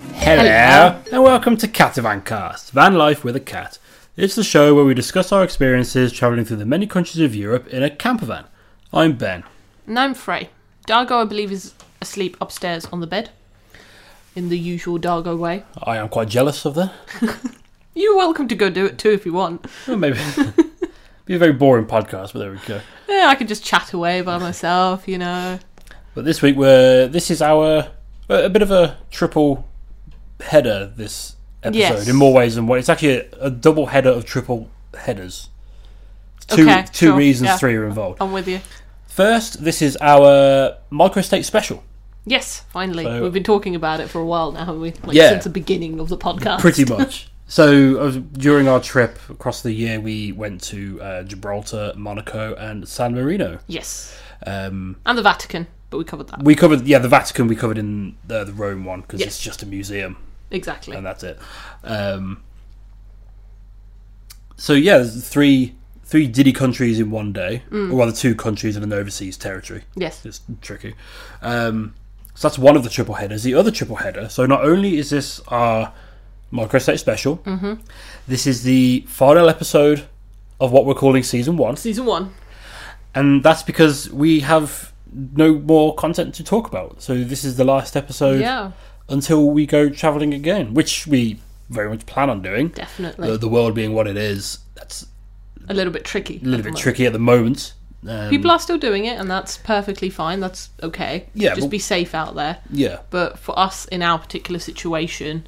Hello, and welcome to Catavan Cast, Van Life with a Cat. It's the show where we discuss our experiences travelling through the many countries of Europe in a camper van. I'm Ben. And I'm Frey. Dargo, I believe, is asleep upstairs on the bed. In the usual Dargo way. I am quite jealous of that. You're welcome to go do it too if you want. Well, maybe be a very boring podcast, but there we go. Yeah, I can just chat away by myself, you know. But this week we're this is our a bit of a triple header this episode Yes. in more ways than one. It's actually a, a double header of triple headers. Two Okay, two sure, reasons yeah. three are involved. I'm with you. First, this is our microstate special. Yes, finally. So- We've been talking about it for a while now, haven't we? Like, Yeah. Since the beginning of the podcast. pretty much. So uh, during our trip across the year, we went to uh, Gibraltar, Monaco, and San Marino. Yes. Um, And the Vatican, but we covered that. we covered, yeah, the Vatican. We covered in the, the Rome one because it's Yes. just a museum Exactly. and that's it. Um, so yeah, there's three three diddy countries in one day, or rather two countries in an overseas territory. Yes. It's tricky. Um, so that's one of the triple headers. The other triple header. So not only is this our microstate special, this is the final episode of what we're calling season one, Season one. and that's because we have no more content to talk about. So this is the last episode Yeah, until we go travelling again, which we very much plan on doing. Uh, definitely. The, the world being what it is, that's a little bit tricky. a little bit tricky at the moment. Um, People are still doing it, and that's perfectly fine. That's okay. Yeah, Just but- be safe out there. yeah, But for us in our particular situation,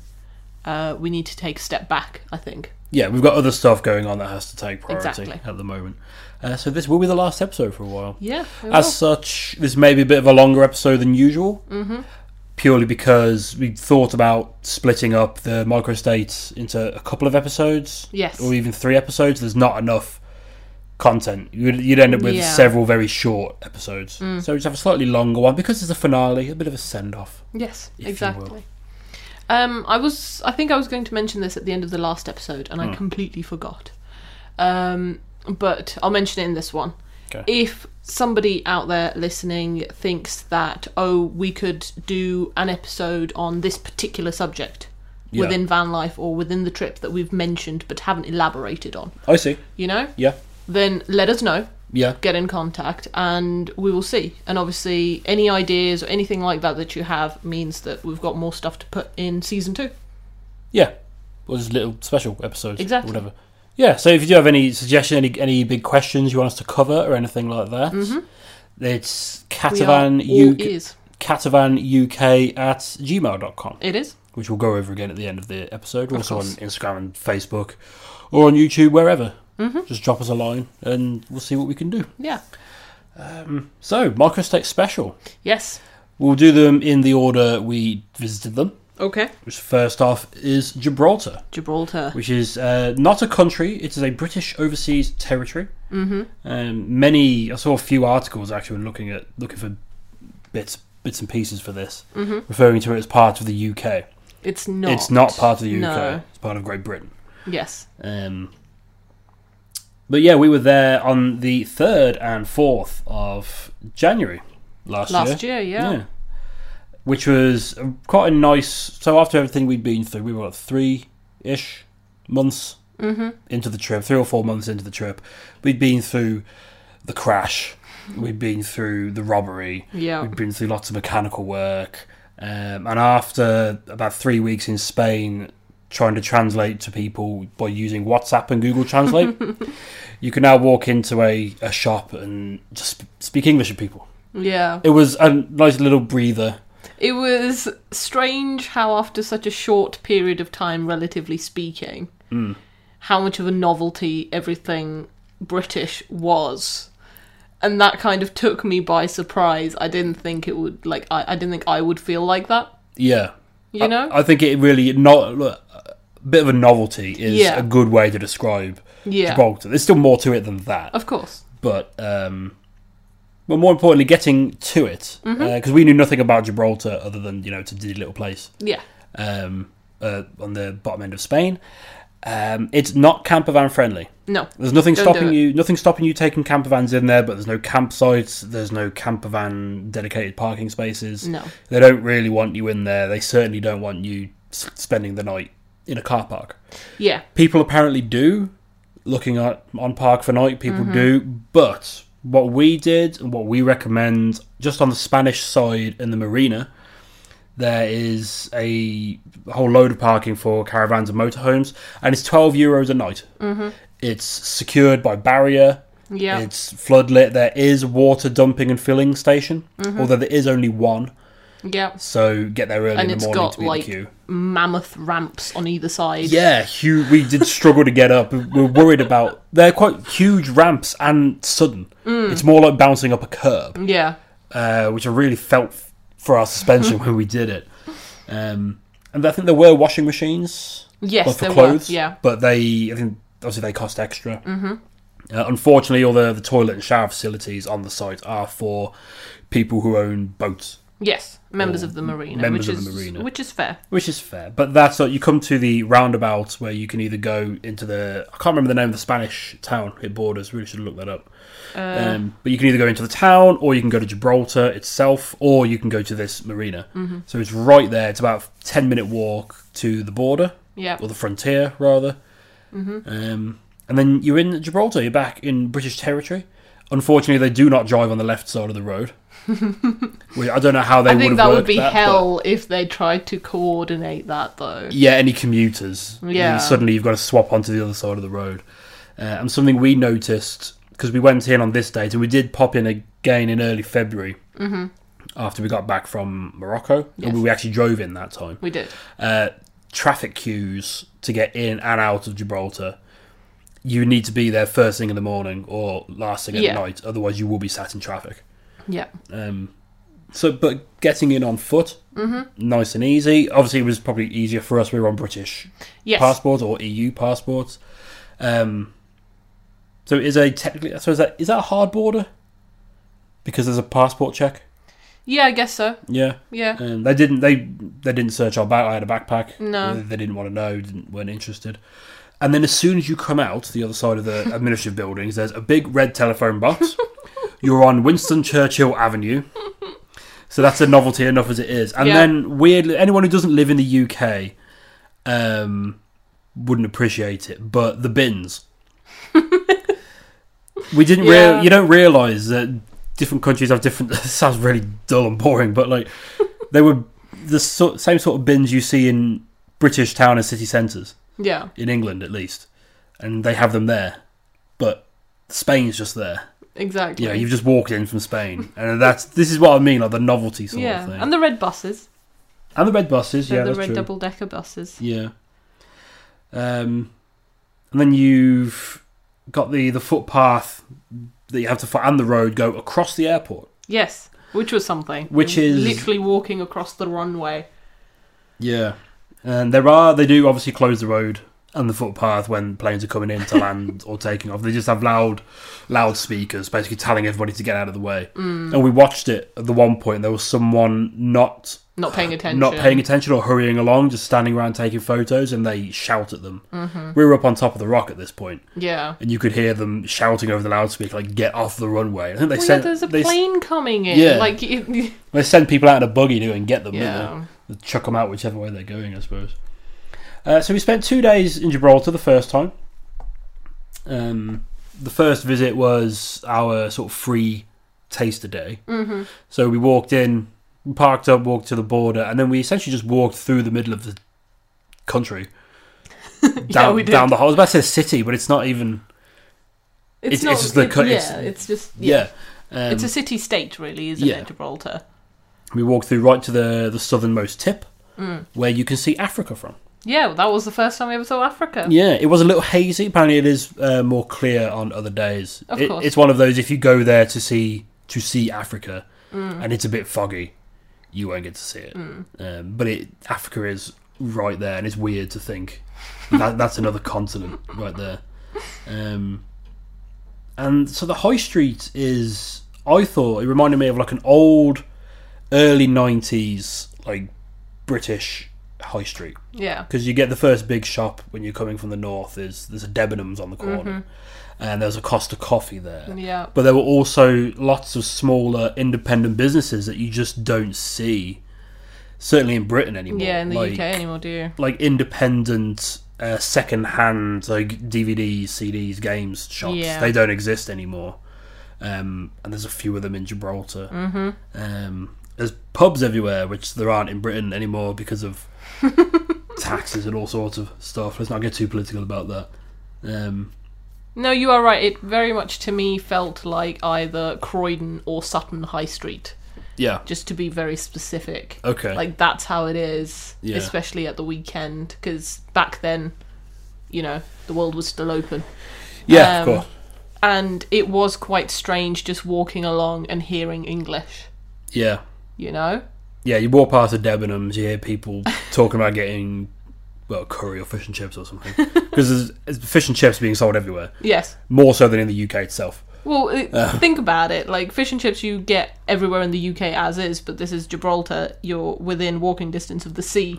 uh, we need to take a step back, I think. yeah, we've got other stuff going on that has to take priority Exactly. at the moment. Uh, so this will be the last episode for a while. Yeah. As such, this may be a bit of a longer episode than usual, mm-hmm. purely because we thought about splitting up the microstates into a couple of episodes, Yes. or even three episodes. There's not enough content. You'd, you'd end up with Yeah. Mm. several very short episodes. So we just have a slightly longer one because it's a finale, a bit of a send off. yes, if you will. exactly. Um, I was I think I was going to mention this at the end of the last episode Hmm. and I completely forgot. Um, but I'll mention it in this one. Okay. If somebody out there listening thinks that oh we could do an episode on this particular subject Yeah. within van life or within the trip that we've mentioned but haven't elaborated on, I see. you know? Yeah. Then let us know. Yeah. get in contact and we will see. And obviously, any ideas or anything like that that you have means that we've got more stuff to put in season two. Yeah. Or just little special episodes. Exactly. Or whatever. Yeah, so if you do have any suggestion, any any big questions you want us to cover or anything like that, it's Mm-hmm. We are catavan all UK, ears. catavanuk at gmail.com, It is. which we'll go over again at the end of the episode. We're Of also course. on Instagram and Facebook or on YouTube, wherever. Mm-hmm. Just drop us a line and we'll see what we can do. Yeah. So, microstate special. Yes. We'll do them in the order we visited them, Okay. which first off is Gibraltar. Gibraltar. which is uh, not a country. It is a British overseas territory. Mm-hmm. Um, many, I saw a few articles actually when looking at looking for bits, bits and pieces for this, referring to it as part of the UK. It's not. It's not part of the UK. No. It's part of Great Britain. Yes. Um, but yeah, we were there on the third and fourth of January last, Last year, yeah. Which was uh, quite a nice. So after everything we'd been through, we were three ish months Mm-hmm. into the trip, three or four months into the trip. We'd been through the crash. We'd been through the robbery. Yeah. We'd been through lots of mechanical work. Um, and after about three weeks in Spain, trying to translate to people by using WhatsApp and Google Translate, you can now walk into a, a shop and just sp- speak English to people. Yeah. It was a nice little breather. It was strange how, after such a short period of time, relatively speaking, Hmm. how much of a novelty everything British was. And that kind of took me by surprise. I didn't think it would, like, I, I didn't think I would feel like that, Yeah. you know? I think it really not look, a bit of a novelty is Yeah. a good way to describe Yeah. Gibraltar. There's still more to it than that. of course. but um, but more importantly, getting to it Mm-hmm. because we knew nothing about Gibraltar other than you know it's a diddy little place Yeah. um, uh, on the bottom end of Spain. Um, it's not campervan friendly. No. There's nothing Don't do stopping it. you. Nothing stopping you taking campervans in there, but there's no campsites. There's no campervan dedicated parking spaces. No. They don't really want you in there. They certainly don't want you s- spending the night in a car park. Yeah. People apparently do, looking at on Park for Night, people Mm-hmm. do, but what we did and what we recommend just on the Spanish side in the marina, there is a whole load of parking for caravans and motorhomes, and it's 12 euros a night. Mm-hmm. It's secured by barrier. Yeah. It's floodlit. There is water dumping and filling station, Mm-hmm. although there is only one. Yeah. So get there early And in the it's morning got to be in the like queue. mammoth ramps on either side. Yeah, huge. We did struggle to get up. We were worried about. They're quite huge ramps and sudden. Mm. It's more like bouncing up a curb, Yeah. uh, which I really felt f- for our suspension when we did it. Um, and I think there were washing machines, Yes, but for there clothes. were. Yeah. but they, I think, obviously they cost extra. Mm-hmm. Uh, unfortunately, all the, the toilet and shower facilities on the site are for people who own boats. Yes. Members Or of the marina. members which of is the marina. which is fair. Which is fair, but that's you come to the roundabout where you can either go into the I can't remember the name of the Spanish town it borders. Really should have looked that up. Uh. um, but you can either go into the town, or you can go to Gibraltar itself, or you can go to this marina. Mm-hmm. So it's right there. It's about a ten minute walk to the border Yeah. or the frontier rather. Mm-hmm. Um, and then you're in Gibraltar. You're back in British territory. Unfortunately, they do not drive on the left side of the road. Which I don't know how they I think would that have would worked be that, but- hell if they tried to coordinate that though. yeah, any commuters. You- Yeah. Suddenly you've got to swap onto the other side of the road. Uh, and something we noticed, because we went in on this date and we did pop in again in early February after we got back from Morocco. Mm-hmm. Yes. And we actually drove in that time. We did. Uh, traffic queues to get in and out of Gibraltar. You need to be there first thing in the morning or last thing at Yeah. night, otherwise, you will be sat in traffic. Yeah. Um, so, but getting in on foot, Mm-hmm. nice and easy. Obviously, it was probably easier for us. We were on British Yes. passports or EU passports. Um, so, is a technically so is that is that a hard border? Because there's a passport check. Yeah, I guess so. Yeah, Yeah. um, they didn't they they didn't search our back. I had a backpack. No. they, they didn't want to know. Didn't, weren't interested. And then, as soon as you come out the other side of the administrative buildings, there's a big red telephone box. You're on Winston Churchill Avenue. So that's a novelty enough as it is. And Yeah. then, weirdly, anyone who doesn't live in the UK um, wouldn't appreciate it, but the bins. we didn't Yeah. real you don't realize that different countries have different. This sounds really dull and boring, but like they were the so- same sort of bins you see in British town and city centres Yeah. in England, at least, and they have them there. But Spain's just there. Exactly. You know, you've just walked in from Spain, and that's this is what I mean, like the novelty sort yeah. of thing. And the red buses. And the red buses, They're yeah, the that's red true. double decker buses. Yeah. Um, and then you've got the the footpath that you have to fo- and the road go across the airport. Yes. Which was something. Which is- literally walking across the runway. Yeah. And there are they do obviously close the road and the footpath when planes are coming in to land or taking off. They just have loud loudspeakers basically telling everybody to get out of the way. And we watched it at the one point there was someone not Not paying attention. not paying attention or hurrying along, just standing around taking photos and they shout at them. Mm-hmm. We were up on top of the rock at this point. Yeah. and you could hear them shouting over the loudspeaker, like "Get off the runway." I think they Well, Oh, yeah, send there's a they, plane coming in. Yeah. Like, it, they send people out in a buggy to go and get them. Yeah, yeah. they? chuck them out whichever way they're going, I suppose. Uh, so we spent two days in Gibraltar the first time. Um, the first visit was our sort of free taster day. Mm-hmm. So we walked in, parked up, walked to the border, and then we essentially just walked through the middle of the country. down, we did. down the whole. I was about to say city, but it's not even. It's- It's, not. it's just the it- cut- yeah. it's- It's, just. Yeah. Yeah, Um, it's a city state, really, isn't yeah. it, Gibraltar? We walk through right to the, the southernmost tip, Mm. where you can see Africa from. Yeah, that was the first time we ever saw Africa. Yeah, it was a little hazy. Apparently, it is uh, more clear on other days. Of It- course. It's one of those if you go there to see to see Africa, Mm. and it's a bit foggy, you won't get to see it. Um, but it Africa is right there, and it's weird to think that that's another continent right there. Um, and so the high street is, I thought it reminded me of like an old, early '90s like British high street Yeah. because you get the first big shop when you're coming from the north is there's a Debenhams on the corner and there's a Costa Coffee there. Mm-hmm. Yeah. But there were also lots of smaller independent businesses that you just don't see certainly in Britain anymore. Yeah, in the like, UK anymore, do you? Like independent uh, second-hand like DVDs, CDs, games shops. Yeah. They don't exist anymore. Um, and there's a few of them in Gibraltar. Mm-hmm. Um, there's pubs everywhere, which there aren't in Britain anymore because of taxes and all sorts of stuff. Let's not get too political about that. Um, No, you are right. It very much to me felt like either Croydon or Sutton High Street, yeah. just to be very specific. Okay. Like that's how it is, Yeah. especially at the weekend, because back then, you know, the world was still open. yeah, of um, course. And it was quite strange just walking along and hearing English, Yeah. you know? Yeah, you walk past the Debenhams, you hear people talking about getting, well, curry or fish and chips or something. Because there's, there's fish and chips being sold everywhere, Yes. more so than in the UK itself. Well, it- Uh. think about it. Like fish and chips, you get everywhere in the UK as is, but this is Gibraltar. You're within walking distance of the sea.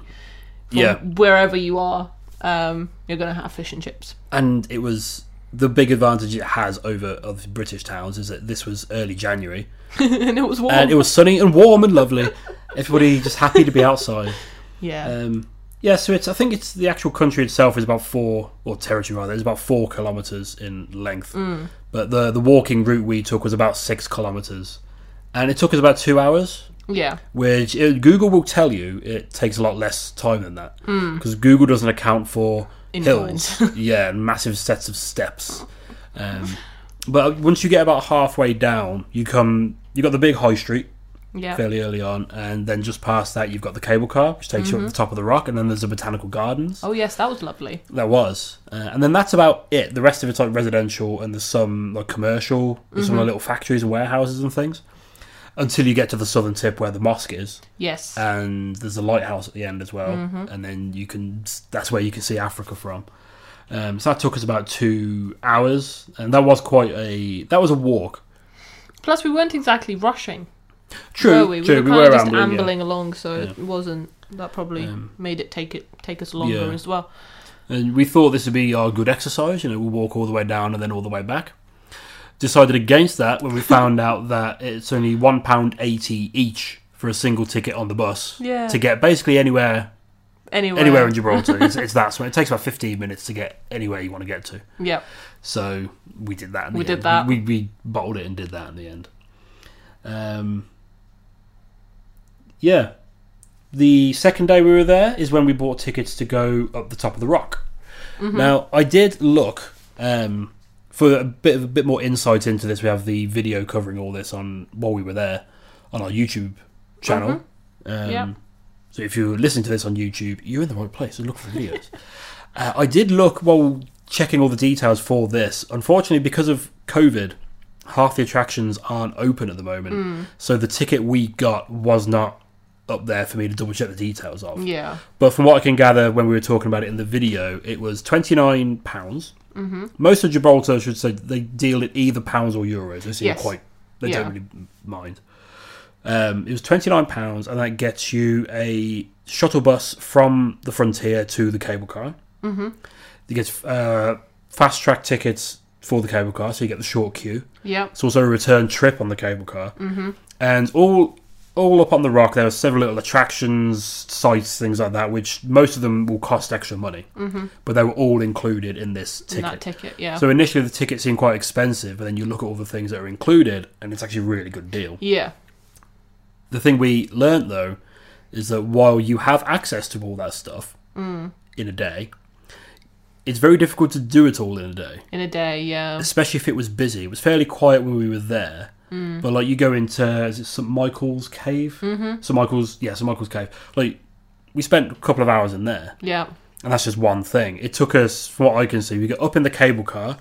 From Yeah. Wherever you are, um, you're gonna have fish and chips. And it was the big advantage it has over other British towns is that this was early January. and it was warm. And it was sunny and warm and lovely. Everybody just happy to be outside. yeah. Um, yeah, so it's I think it's the actual country itself is about four or territory rather is about four kilometers in length, but the the walking route we took was about six kilometers, and it took us about two hours. yeah. Which uh Google will tell you it takes a lot less time than that because Google doesn't account for Inclines. hills, yeah, and massive sets of steps. Um, but once you get about halfway down, you come you got the big high street Yeah. fairly early on, and then just past that you've got the cable car, which takes you up to the top of the rock, and then there's the botanical gardens. Oh yes, that was lovely. There was, uh, and then that's about it. The rest of it's like residential, and there's some like commercial, there's some like, little factories and warehouses and things. Until you get to the southern tip where the mosque is, Yes. and there's a lighthouse at the end as well, Mm-hmm. and then you can that's where you can see Africa from. Um, so that took us about two hours, and that was quite a that was a walk. Plus, we weren't exactly rushing, True, were we? true. were We kind were of just ambling, yeah. ambling along, so it Yeah. wasn't. That probably Um, made it take it take us longer yeah. as well. And we thought this would be our good exercise, you know, we'll walk all the way down and then all the way back. Decided against that when we found out that it's only £1.80 each for a single ticket on the bus Yeah. to get basically anywhere Anyway. anywhere in Gibraltar. it's, it's that so it takes about 15 minutes to get anywhere you want to get to. Yeah. So we did that. In the We did end. that. We, we bottled it and did that in the end. Um, yeah. The second day we were there is when we bought tickets to go up the top of the rock. Mm-hmm. Now I did look um, for a bit of a bit more insight into this. We have the video covering all this on while we were there on our YouTube channel. Um, Yeah. So if you're listening to this on YouTube, you're in the right place to look for videos. uh, I did look while checking all the details for this. Unfortunately, because of COVID, half the attractions aren't open at the moment. So the ticket we got was not up there for me to double check the details of. Yeah. But from what I can gather, when we were talking about it in the video, it was twenty nine pounds. Mm-hmm. Most of Gibraltar I should say they deal in either pounds or euros. They seem Yes. quite. They Yeah. don't really mind. Um, it was twenty nine pounds, and that gets you a shuttle bus from the frontier to the cable car. Mm-hmm. You get uh, fast track tickets for the cable car, so you get the short queue. Yeah. It's also a return trip on the cable car, mm-hmm. and all all up on the rock. There are several little attractions, sites, things like that, which most of them will cost extra money, mm-hmm. but they were all included in this In that ticket. ticket. Yeah. so initially, the ticket seemed quite expensive, but then you look at all the things that are included, and it's actually a really good deal. yeah. The thing we learnt though is that while you have access to all that stuff in a day, it's very difficult to do it all in a day In a day. Yeah. especially if it was busy. It was fairly quiet when we were there, but like you go into is it St Michael's Cave? Mm-hmm. St Michael's, yeah, St Michael's Cave. Like we spent a couple of hours in there, Yeah. and that's just one thing. It took us, from what I can see, we got up in the cable car,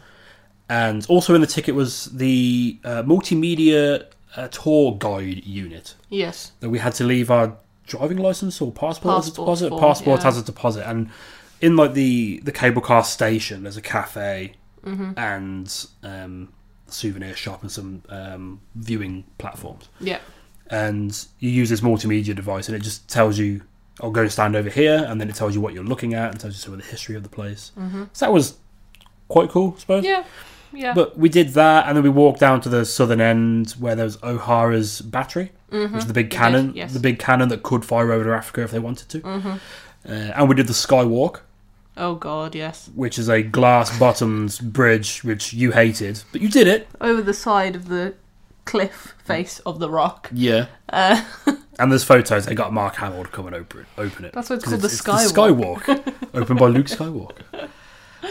and also in the ticket was the uh, multimedia uh, tour guide unit Yes. that we had to leave our driving license or passport, as a Passport deposit. for, passport yeah. as a deposit, and in like the the cable car station, there's a cafe Mm-hmm. and um, souvenir shop and some um, viewing platforms. Yeah. And you use this multimedia device, and it just tells you, "I'll go and stand over here," and then it Mm-hmm. tells you what you're looking at and tells you some of the history of the place. So that was quite cool, I suppose. Yeah. yeah. But we did that, and then we walked down to the southern end where there was O'Hara's battery, which is the big cannon, Mm-hmm. yes. Mm-hmm. the big cannon that could fire over Africa if they wanted to. Uh, and we did the Skywalk, oh god, yes. which is a glass-bottomed bridge, which you hated, but you did it. Over the side of the cliff face of the rock. Yeah. Uh, and there's photos. They got Mark Hamill to come and open it. Open it. That's why it's 'Cause called the Skywalk. Skywalk, opened by Luke Skywalker.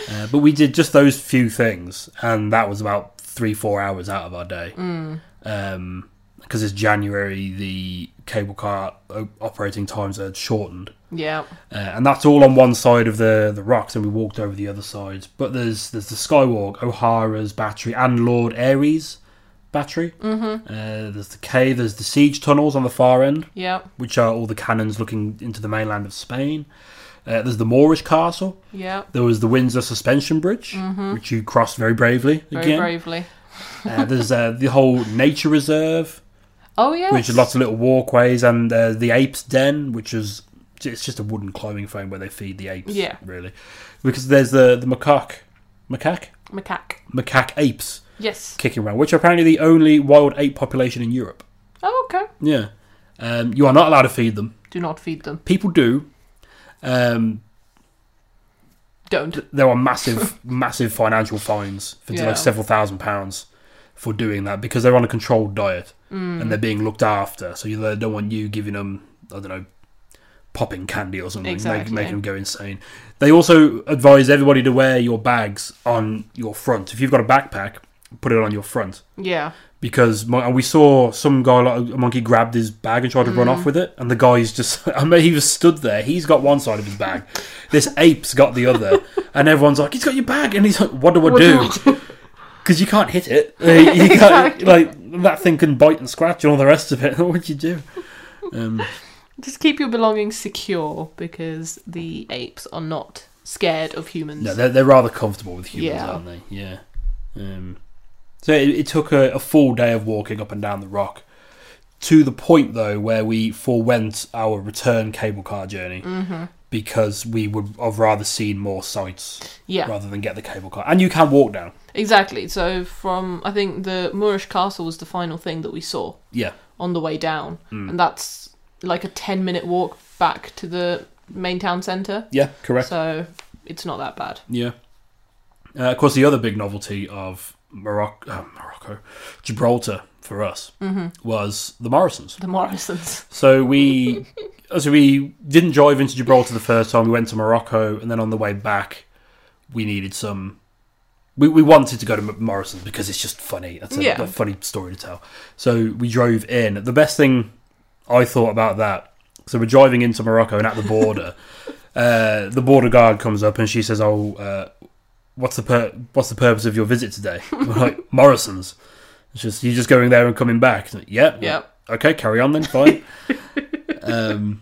Uh, but we did just those few things, and that was about three, four hours out of our day. Hmm. Because it's January, the cable car o- operating times are shortened. Yeah. Uh, and that's all on one side of the, the rocks, and we walked over the other side. But there's there's the Skywalk, O'Hara's battery, and Lord Ares' battery. Mm-hmm. Uh, there's the cave, there's the siege tunnels on the far end, Yeah. which are all the cannons looking into the mainland of Spain. Uh, there's the Moorish castle. Yeah. There was the Windsor suspension bridge, which you crossed very bravely Mm-hmm. Very again. bravely. Uh, there's uh, the whole nature reserve, Oh yes. which is lots of little walkways, and uh, the apes' den, which is it's just a wooden climbing frame where they feed the apes. Yeah. really, because there's the the macaque, macaque, macaque. macaque apes Yes. kicking around, which are apparently the only wild ape population in Europe. Oh okay. Yeah, um, you are not allowed to feed them. Do not feed them. People do. Um, Don't. there are massive, massive financial fines for Yeah. like several thousand pounds for doing that because they're on a controlled diet Mm. and they're being looked after. So you- they don't want you giving them, I don't know, popping candy or something. They Exactly. make them go insane. They also advise everybody to wear your bags on your front. If you've got a backpack, put it on your front. Yeah. Because mon- and we saw some guy, like a monkey, grabbed his bag and tried to run off Mm. with it, and the guy's just—I mean, he was stood there. He's got one side of his bag, this ape's got the other, and everyone's like, "He's got your bag," and he's like, "What do I What do do?" Because you can't hit it. You can't- Exactly. Like that thing can bite and scratch and all the rest of it. what would you do? Um, Just keep your belongings secure because the apes are not scared of humans. no, they're, they're rather comfortable with humans, Yeah. aren't they? Yeah. Um, so it, it took a, a full day of walking up and down the rock. To the point though where we forewent our return cable car journey Mm-hmm. because we would have rather seen more sights yeah. rather than get the cable car. And you can walk down. Exactly. So from I think the Moorish castle was the final thing that we saw Yeah. on the way down, Hmm. and that's like a ten-minute walk back to the main town centre. Yeah, correct. So it's not that bad. Yeah. Uh, of course, the other big novelty of Morocco, uh, Morocco Gibraltar for us Mm-hmm. was the Morrisons. The Morrisons. So we, uh, so we didn't drive into Gibraltar the first time. We went to Morocco, and then on the way back, we needed some. We, we wanted to go to M- Morrison's because it's just funny. That's a, Yeah. a funny story to tell. So we drove in. The best thing I thought about that. So we're driving into Morocco, and at the border, uh, the border guard comes up, and she says, "Oh, uh, what's the pur- what's the purpose of your visit today?" We're like Morrison's. It's just you just going there and coming back. It's like, Yep. Yep. Okay, carry on then. Fine. um,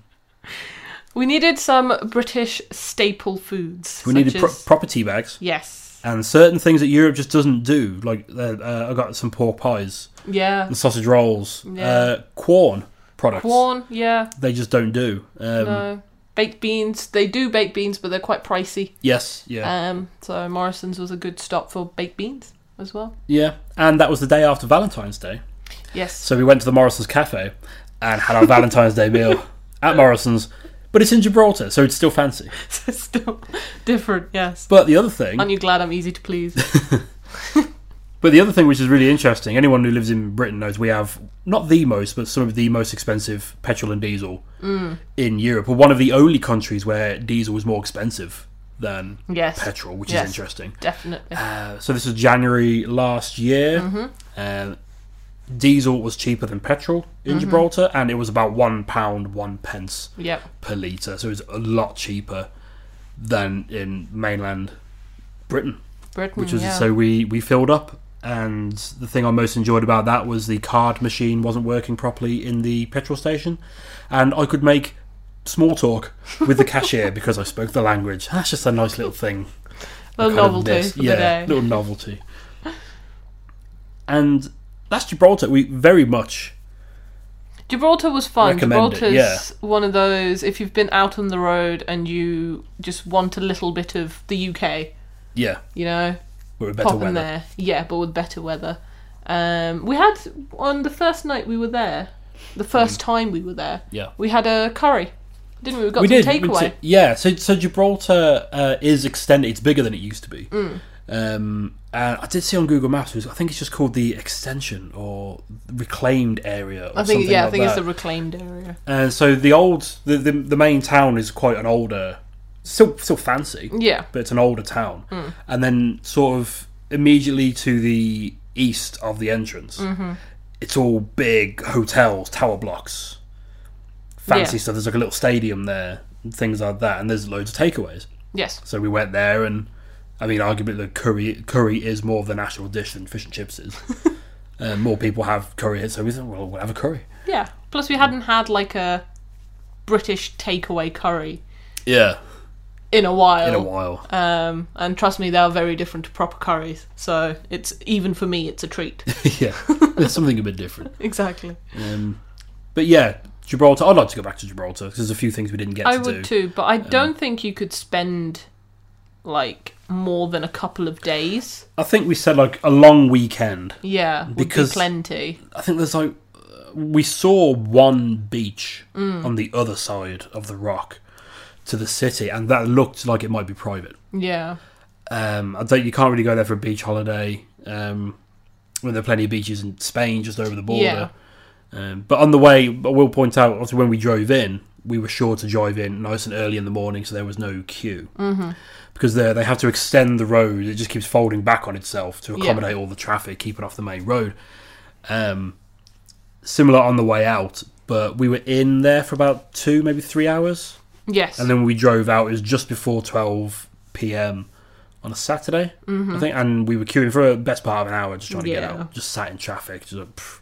We needed some British staple foods. we such needed pro- as- proper tea bags yes. and certain things that Europe just doesn't do. Like uh, uh, I got some pork pies Yeah. and sausage rolls, Yeah. uh, corn products. Corn. Yeah. They just don't do. Um, no. Baked beans. They do baked beans, but they're quite pricey. Yes. Yeah. Um. So Morrison's was a good stop for baked beans as well. yeah. And that was the day after Valentine's Day. Yes. So we went to the Morrison's Cafe and had our Valentine's Day meal at Morrison's, but it's in Gibraltar, so it's still fancy. Still different. Yes. But the other thing, Aren't you glad I'm easy to please? but the other thing which is really interesting, anyone who lives in Britain knows we have not the most, but some of the most expensive petrol and diesel in Europe. We're one of the only countries where diesel is more expensive than Yes. petrol, which Yes. is interesting. Definitely. Uh, so this was January last year. Uh, diesel was cheaper than petrol in Gibraltar, and it was about one pound one pence Yep. per litre, so it's a lot cheaper than in mainland Britain, Britain. which was Mm, yeah. so we we filled up. And the thing I most enjoyed about that was the card machine wasn't working properly in the petrol station, and I could make small talk with the cashier because I spoke the language. That's just a nice little thing the kind of novelty miss. for yeah, the day. little novelty. And that's Gibraltar. We very much Gibraltar was fun. Recommend it, Gibraltar's yeah. one of those if you've been out on the road and you just want a little bit of the UK, yeah. you know. but with better pop in weather. there. Yeah, but with better weather. Um, we had on the first night we were there, the first time we were there. Mm. Yeah. we had a curry, didn't we? We got we some did. we takeaway. did- yeah, so so Gibraltar uh, is extended. It's bigger than it used to be. Mm. Um, and I did see on Google Maps. it was- I think it's just called the extension or reclaimed area. Or I think something yeah, I like think it's that. the reclaimed area. And so the old, the, the the main town is quite an older, still still fancy, Yeah, but it's an older town. And then sort of immediately to the east of the entrance, it's all big hotels, tower blocks, fancy Yeah. stuff. There's like a little stadium there, and things like that, and there's loads of takeaways. yes, So we went there, and I mean, arguably the curry curry is more of the national dish than fish and chips is. and more people have curry, here, so we thought, well, we'll have a curry. yeah. Plus we hadn't had like a British takeaway curry Yeah, in a while. in a while. Um, and trust me, they are very different to proper curries. So it's even for me, it's a treat. yeah, it's something a bit different. exactly. Um, but yeah, Gibraltar. I'd like to go back to Gibraltar because there's a few things we didn't get I to would do. too, but I don't think you could spend like more than a couple of days. I think we said like a long weekend. Yeah, would Because- be plenty. I think there's like uh, we saw one beach on the other side of the rock to the city, and that looked like it might be private. Yeah, Um, I don't. You can't really go there for a beach holiday. Um, when there are plenty of beaches in Spain, just over the border. Um, but on the way, I will point out obviously when we drove in, we were sure to drive in nice and early in the morning, so there was no queue. Mm-hmm. Because they they have to extend the road; it just keeps folding back on itself to Yeah. accommodate all the traffic, keep it off the main road. Um, similar on the way out, but we were in there for about two, maybe three hours, yes, and then we drove out. It was just before twelve p.m. on a Saturday, I think, and we were queuing for a best part of an hour, just trying to get Mm-hmm. Yeah. out, just sat in traffic. Just like, pff.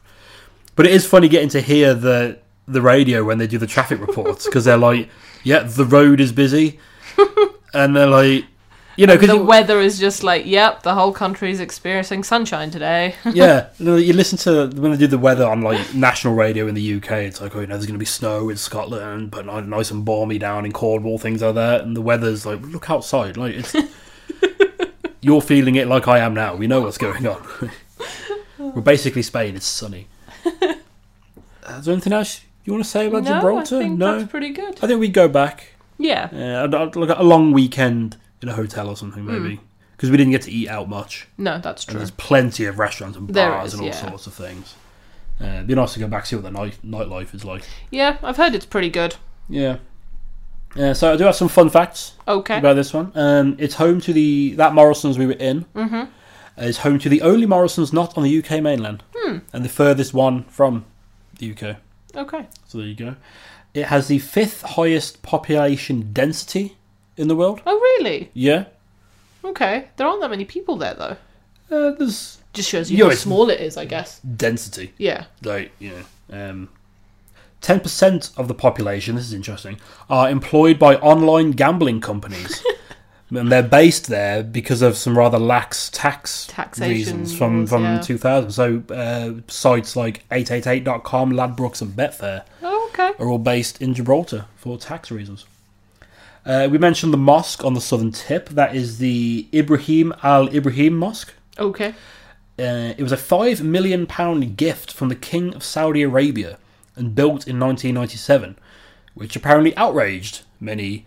but it is funny getting to hear the the radio when they do the traffic reports because they're like, "Yeah, the road is busy," and they're like, you know, the because weather is just like, yep, the whole country is experiencing sunshine today. yeah, you know, you listen to when they do the weather on like national radio in the UK. It's like, oh, you know, there's going to be snow in Scotland, but ni- nice and balmy down in Cornwall, things like that. And the weather's like, look outside, like it's. You're feeling it like I am now. We know what's going on. We're basically Spain. It's sunny. Uh, is there anything else you want to say about no, Gibraltar? I think no, that's pretty good. I think we'd go back. Yeah, Uh, I'd, I'd look at a long weekend in a hotel or something, maybe, Hmm. because we didn't get to eat out much. no, that's And true. there's plenty of restaurants and There bars is, and all yeah. sorts of things. Uh, it'd be nice to go back see what the night nightlife is like. Yeah, I've heard it's pretty good. Yeah. Uh, so I do have some fun facts Okay. about this one. Um, it's home to the that Morrison's we were in. Mm-hmm. Is home to the only Morrison's not on the UK mainland, Hmm. and the furthest one from the UK. Okay. So there you go. It has the fifth highest population density in the world. Oh, really? Yeah, Okay. There aren't that many people there, though. uh, there's Just shows you Yeah, how it's- small it is, I guess. density. Yeah. like you know, um, ten percent of the population. This is interesting. Are employed by online gambling companies, and they're based there because of some rather lax tax Taxation reasons from rules, from yeah. 2000. So uh, sites like 888.com, Ladbrokes, and Betfair Oh, okay. are all based in Gibraltar for tax reasons. Uh, we mentioned the mosque on the southern tip. That is the Ibrahim Al Ibrahim Mosque. Okay. Uh, it was a five million pound gift from the King of Saudi Arabia and built in 1997, which apparently outraged many.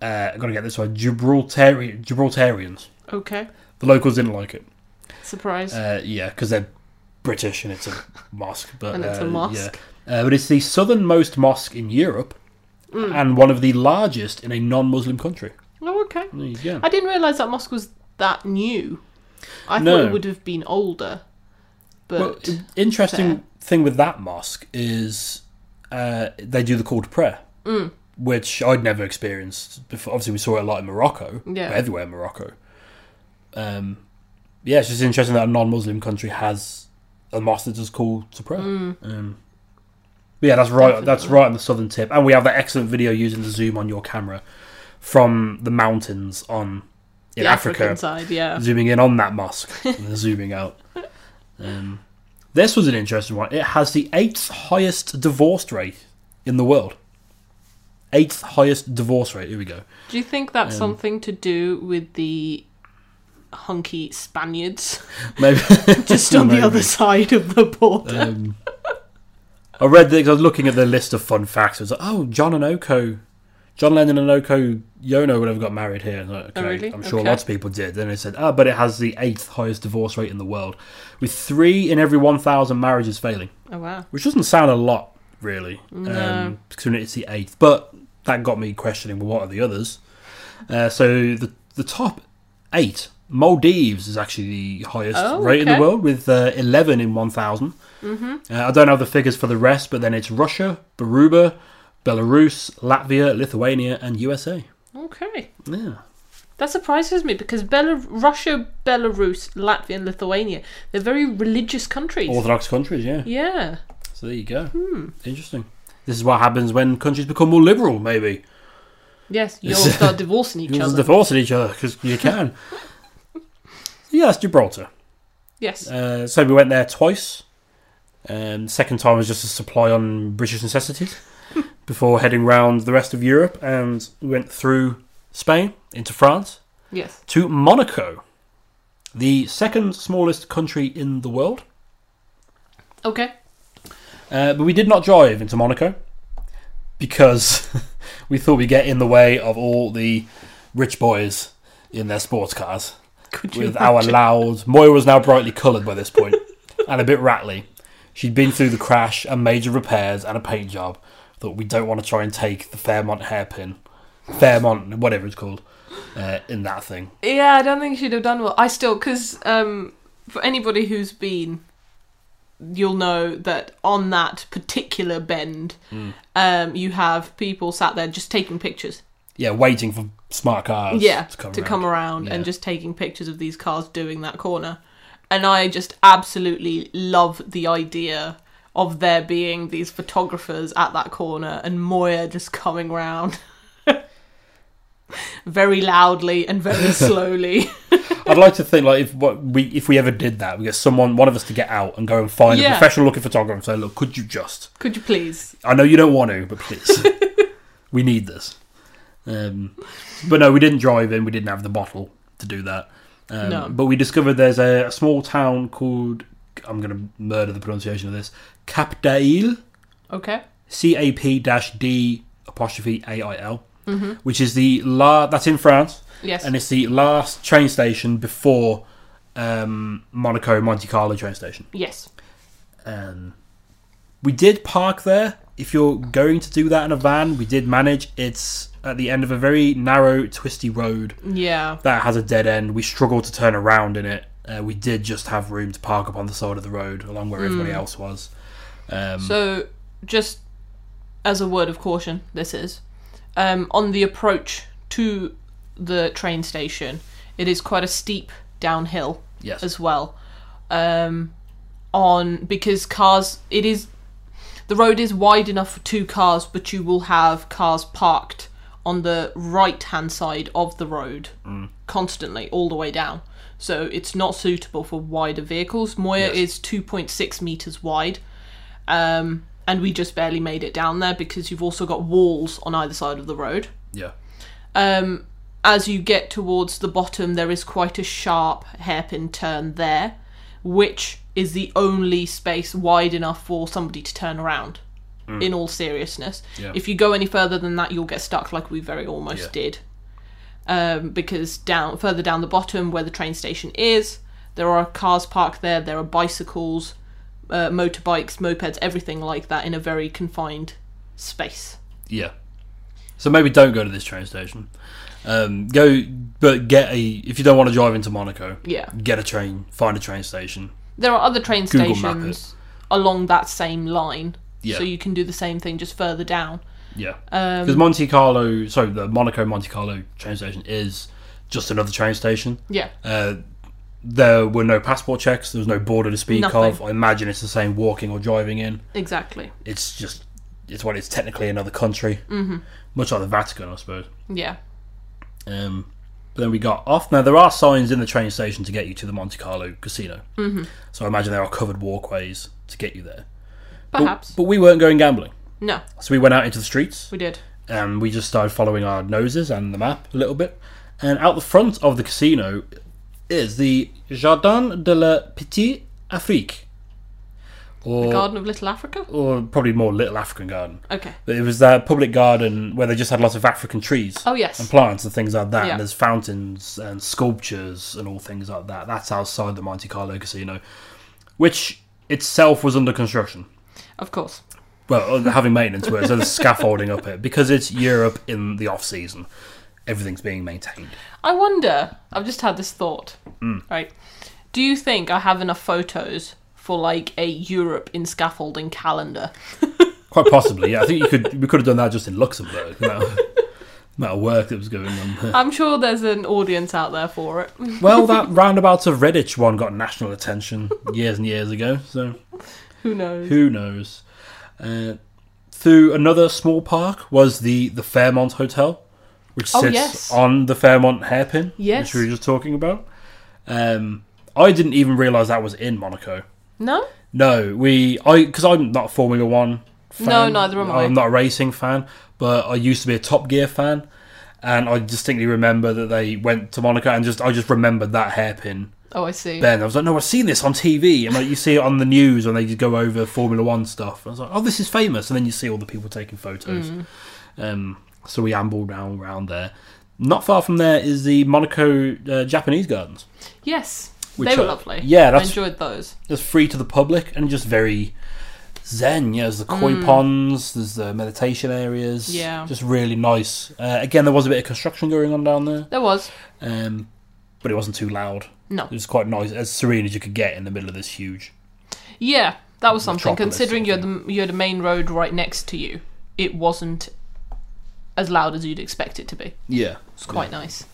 Uh, I'm gonna get this right. Gibraltari- Gibraltarians. Okay. The locals didn't like it. Surprise. Uh, yeah, because they're British and it's a mosque. But And it's a uh, mosque. Yeah. Uh, but it's the southernmost mosque in Europe Mm. and one of the largest in a non-Muslim country. oh, okay. There you go. I didn't realise that mosque was that new. I No. thought it would have been older. Well, But i- interesting fair. thing with that mosque is uh, they do the call to prayer, Mm. which I'd never experienced before. Obviously, we saw it a lot in Morocco, Yeah. but everywhere in Morocco. Um, yeah, it's just interesting that a non-Muslim country has a mosque that does call to prayer. Um, but yeah, that's right. That's Mm. Definitely. right on the southern tip, and we have that excellent video using the zoom on your camera from the mountains on in the Africa, African side, yeah. zooming in on that mosque and then zooming out. Um, this was an interesting one. It has the eighth highest divorce rate in the world. Eighth highest divorce rate. Here we go. um, Do you think that's something to do with the hunky Spaniards Maybe just on Maybe. the other side of the border. Um, I read that 'cause I was looking at the list of fun facts. I was like, oh, John and Oko, John Lennon and Oko Yono would have got married here. And I was like, Oh, okay, really? I'm sure Okay. lots of people did. Then they said, ah, but it has the eighth highest divorce rate in the world, with three in every 1,000 marriages failing, oh wow. which doesn't sound a lot, really, No. um, considering it's the eighth. But that got me questioning, well, what are the others? Uh, so the the top eight, Maldives is actually the highest Oh, rate in the okay. Mm-hmm. world, with uh, 11 in 1,000. Uh, I don't have the figures for the rest, but then it's Russia, Baruba, Belarus, Latvia, Lithuania, and USA. Okay. Yeah. That surprises me because Bel- Russia, Belarus, Latvia, and Lithuania, they're very religious countries. Orthodox countries, yeah. yeah. So there you go. Hmm. Interesting. This is what happens when countries become more liberal, maybe. Yes, you all start divorcing each You're other. divorcing each other because you can. yeah, that's Gibraltar. yes. Uh, so we went there twice. Um, second time was just a supply on British necessities before heading round the rest of Europe and we went through Spain into France. yes. to Monaco, the second smallest country in the world. Okay. Uh, but we did not drive into Monaco because we thought we'd get in the way of all the rich boys in their sports cars Could you with our imagine? loud. Moira was now brightly coloured by this point and a bit rattly. She'd been through the crash and major repairs and a paint job. Thought we don't want to try and take the Fairmont hairpin, Fairmont, whatever it's called, uh, in that thing. Yeah, I don't think she'd have done well. I still, because um, for anybody who's been, you'll know that on that particular bend, Hmm. um, you have people sat there just taking pictures. Yeah, waiting for smart cars. yeah, Oh, to come around. around Yeah. and just taking pictures of these cars doing that corner. And I just absolutely love the idea of there being these photographers at that corner and Moya just coming round very loudly and very slowly. I'd like to think like if what we if we ever did that, we get someone one of us to get out and go and find a Yeah. professional looking photographer and say, look, could you just? Could you please? I know you don't want to, but please, we need this. Um, but no, we didn't drive in. We didn't have the bottle to do that. Um, No. But we discovered there's a, a small town called I'm going to murder the pronunciation of this Cap d'Ail. Okay. C A P dash D apostrophe A I L, which is the la that's in France, Yes. and it's the last train station before um, Monaco Monte Carlo train station. Yes. Um, we did park there. If you're going to do that in a van, we did manage. It's at the end of a very narrow, twisty road Yeah. that has a dead end. We struggled to turn around in it. Uh, we did just have room to park up on the side of the road, along where everybody else was. Um, So, just as a word of caution, this is um, on the approach to the train station. It is quite a steep downhill yes, as well. Um, on because cars, it is the road is wide enough for two cars, but you will have cars parked on the right hand side of the road Mm. constantly all the way down. So it's not suitable for wider vehicles. Moya is 2.6 meters wide. Um, and we just barely made it down there because you've also got walls on either side of the road yeah. um, as you get towards the bottom, there is quite a sharp hairpin turn there, which is the only space wide enough for somebody to turn around. In all seriousness, Hmm. Yeah. if you go any further than that, you'll get stuck, like we very almost Yeah. did. Um, because down further down the bottom, where the train station is, there are cars parked there. There are bicycles, uh, motorbikes, mopeds, everything like that in a very confined space. Yeah. So maybe don't go to this train station. Um, go, but get a. If you don't want to drive into Monaco, Yeah. get a train. Find a train station. There are other train Google Map it. stations along that same line, Yeah. so you can do the same thing just further down. Yeah. Um, Because Monte Carlo, sorry, the Monaco Monte Carlo train station is just another train station. Yeah, Uh, there were no passport checks. There was no border to speak of. Nothing. I imagine it's the same walking or driving in. exactly. It's just, it's what it's technically another country, mm-hmm. much like the Vatican, I suppose. Yeah, Um, but then we got off. Now there are signs in the train station to get you to the Monte Carlo Casino. Mm-hmm. So I imagine there are covered walkways to get you there. But- perhaps. But, we weren't going gambling, no, so we went out into the streets we did. and we just started following our noses and the map a little bit. And out the front of the casino is the Jardin de la Petite Afrique, The or Garden of Little Africa? or probably more Little African Garden. Okay. But it was that public garden where they just had lots of African trees Oh, and yes. plants and things like that. Yeah. And there's fountains and sculptures and all things like that. That's outside the Monte Carlo Casino, which itself was under construction. Of course. Well, uh, having maintenance where so there's scaffolding up it because it's Europe in the off season. Everything's being maintained. I wonder, I've just had this thought. Mm. Right. Do you think I have enough photos for like a Europe in scaffolding calendar? Quite possibly, yeah. I think you could. We could have done that just in Luxembourg. The amount of, the amount of work that was going on. I'm sure there's an audience out there for it. Well, that roundabout of Redditch one got national attention years and years ago. So Who knows? who knows? Uh, through another small park was the the Fairmont Hotel, which Oh, sits yes. on the Fairmont hairpin, Yes. which we were just talking about. Um, I didn't even realise that was in Monaco. No? No, we I because I'm not a Formula One. Fan. No, neither am I. I'm not a racing fan, but I used to be a Top Gear fan, and I distinctly remember that they went to Monaco, and just I just remembered that hairpin. Oh, I see. Then I was like, no, I've seen this on TV, and like you see it on the news when they just go over Formula One stuff. I was like, oh, this is famous, and then you see all the people taking photos. Mm. Um, so we ambled round round there. Not far from there is the Monaco uh, Japanese Gardens. Yes. Which they were are- lovely. yeah, I that's- enjoyed those. just free to the public and just very zen. Yeah, there's the koi ponds, there's the meditation areas. Mm. Yeah. just really nice. Uh, again, there was a bit of construction going on down there, There was. um, but it wasn't too loud. No. It was quite nice, as serene as you could get in the middle of this huge. Yeah, that was something. Metropolis Considering you sort had the you had a main road right next to you, it wasn't as loud as you'd expect it to be. Yeah, It's quite nice.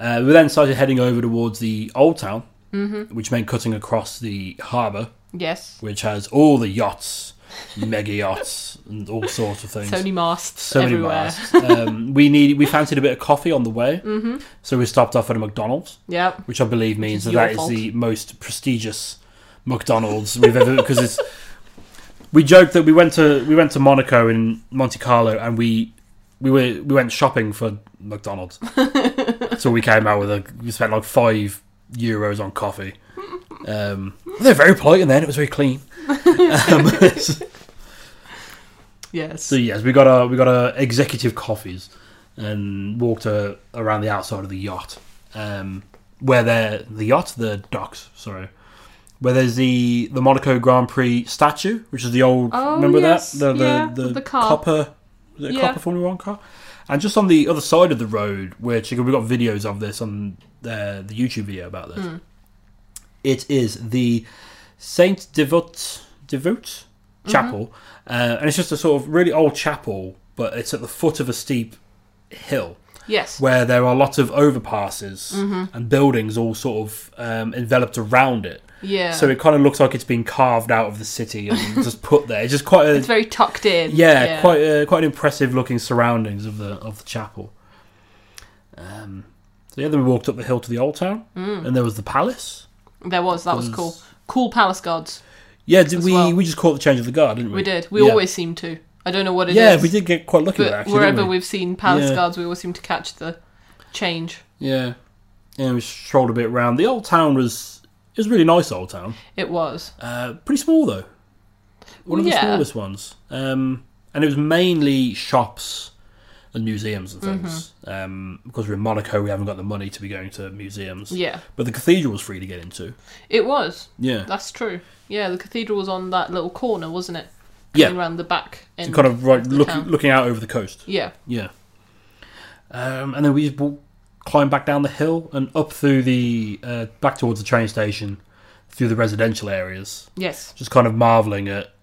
Uh, we then started heading over towards the old town, which meant cutting across the harbour, Yes. which has all the yachts, mega yachts, and all sorts of things. Sony masts so many everywhere. masks. um, we need we fancied a bit of coffee on the way, mm-hmm. so we stopped off at a McDonald's, Yep. which I believe is means that your that is fault. the most prestigious McDonald's we've ever because it's. We joked that we went to we went to Monaco and Monte Carlo, and we we were we went shopping for McDonald's. so we came out with a we spent like five euros on coffee. Um, they're very polite, and then it was very clean. um, Yes. So yes, we got our we got our executive coffees and walked uh, around the outside of the yacht, um, where there the yacht the docks sorry, where there's the the Monaco Grand Prix statue, which is the old Oh, remember yes, that the the, yeah, the, the car. copper was it a Yeah. copper Formula One car, and just on the other side of the road, which we've got videos of this on uh, the YouTube video about this. Hmm. It is the Saint Devote Devote Mm-hmm. Chapel, uh, and it's just a sort of really old chapel, but it's at the foot of a steep hill yes. where there are lots of overpasses Mm-hmm. and buildings all sort of um, enveloped around it. yeah. So it kind of looks like it's been carved out of the city and just put there. It's just quite a it's very tucked in. yeah, quite uh, quite an impressive looking surroundings of the of the chapel. Um, so yeah, then we walked up the hill to the old town, Mm. and there was the palace. There was. That was was- cool. Cool palace guards. Yeah, did As we well. we just caught the change of the guard, didn't we? We did. We Yeah. always seem to. I don't know what it is. Yeah, we did get quite lucky with But that. Actually, wherever didn't we? have seen palace Yeah. guards, we always seem to catch the change. yeah, and we strolled a bit around. The old town was it was a really nice old town. It was. Uh, pretty small though, one of the Yeah. smallest ones. Um, and it was mainly shops and museums and things. Mm-hmm. Um, because we're in Monaco, we haven't got the money to be going to museums. Yeah. But the cathedral was free to get into. It was. Yeah. That's true. Yeah, the cathedral was on that little corner, wasn't it? Yeah. Coming Around the back. So end kind of right the look, town. looking out over the coast. Yeah. Yeah. Um, and then we just walk, climb back down the hill and up through the uh, back towards the train station, through the residential areas. Yes. Just kind of marveling at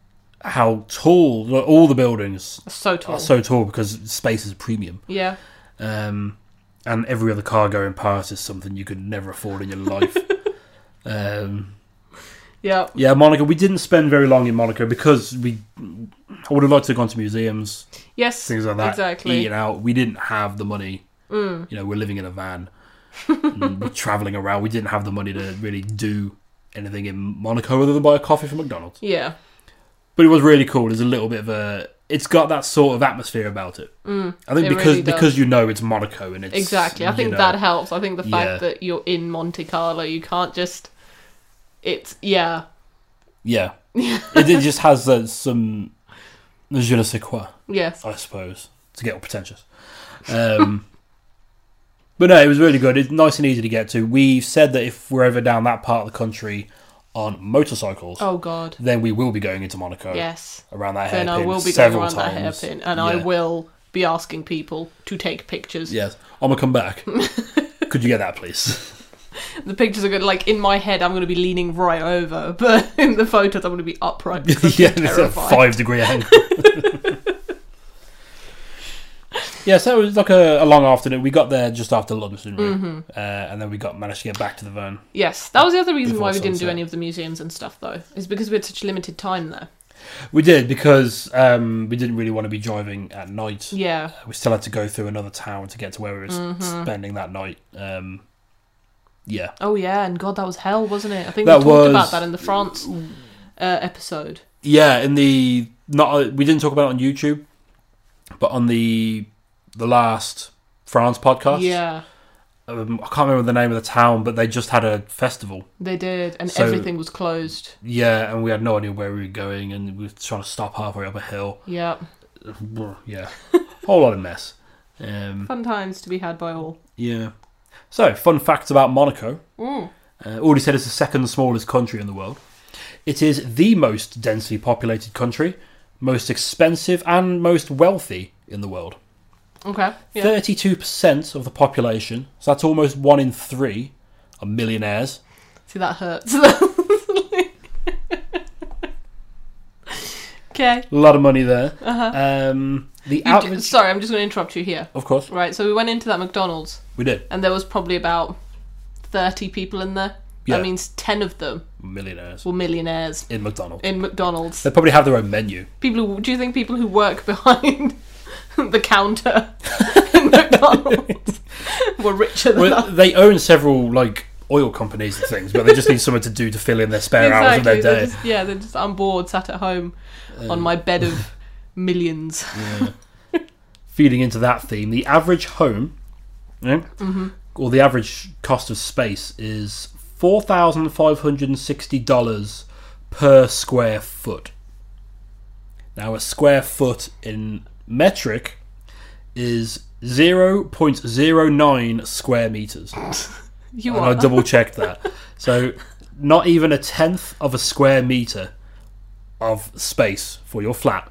how tall like, all the buildings So tall. are so tall because space is premium. yeah. Um, and every other car going past is something you could never afford in your life. um, Yeah. Yeah, Monaco. We didn't spend very long in Monaco because we. I would have liked to have gone to museums, Yes. things like that. Exactly. Eating out. We didn't have the money. You know, we're living in a van. and we're traveling around. We didn't have the money to really do anything in Monaco other than buy a coffee from McDonald's. Yeah. But it was really cool. There's a little bit of a it's got that sort of atmosphere about it. Mm, I think it because really does. because you know it's Monaco and it's Exactly. I you think know, that helps. I think the fact Yeah. that you're in Monte Carlo, you can't just. It's yeah, yeah, it, it just has uh, some je ne sais quoi, yes, I suppose, to get all pretentious. Um, but no, it was really good. It's nice and easy to get to. We've said that if we're ever down that part of the country on motorcycles, Oh God, then we will be going into Monaco. yes. around that hairpin Then I will be going several around that times. hairpin, and yeah. I will be asking people to take pictures. Yes, I'm gonna come back. Could you get that, please? The pictures are good. Like in my head, I'm going to be leaning right over, but in the photos, I'm going to be upright. Because yeah, yeah, it's a five degree angle. yeah, so it was like a, a long afternoon. We got there just after lunch, didn't we? Mm-hmm. Uh, and then we got managed to get back to the van. Yes, that was the other reason Before why we didn't do sunset. any of the museums and stuff, though, is because we had such limited time there. We did because um, we didn't really want to be driving at night. Yeah, We still had to go through another town to get to where we were s- Mm-hmm. spending that night. Um, yeah, Oh yeah, and God, that was hell, wasn't it? I think That we talked was- about that in the France uh, episode. Yeah, in the not uh, we didn't talk about it on YouTube, but on the the last France podcast, Yeah, um, I can't remember the name of the town, but they just had a festival. they did, and So- everything was closed. Yeah, and we had no idea where we were going, and we were trying to stop halfway up a hill. Yeah, Yeah, whole lot of mess. Um, fun times to be had by all. yeah. So, fun facts about Monaco. Mm. Uh, already said it's the second smallest country in the world. It is the most densely populated country, most expensive, and most wealthy in the world. Okay, yeah, Thirty-two percent of the population, so that's almost one in three, are millionaires. see that hurts. okay, A lot of money there. Um, the average, sorry, I'm Uh-huh. just going to interrupt you here. of course, Right, so we went into that McDonald's, we did and there was probably about thirty people in there. Yeah. That means ten of them millionaires were millionaires in McDonald's. in McDonald's. They probably have their own menu. People, who, do you think people who work behind the counter in McDonald's were richer than Well, us? they own several like oil companies and things, but they just need something to do to fill in their spare hours of their They're day. Um, just, yeah, they're just on board, sat at home on my bed of millions. Feeding into that theme, the average home, yeah, or the average cost of space is four thousand five hundred and sixty dollars per square foot. Now, a square foot in metric is zero point zero nine square meters. You and I are double checked that. So, not even a tenth of a square meter of space for your flat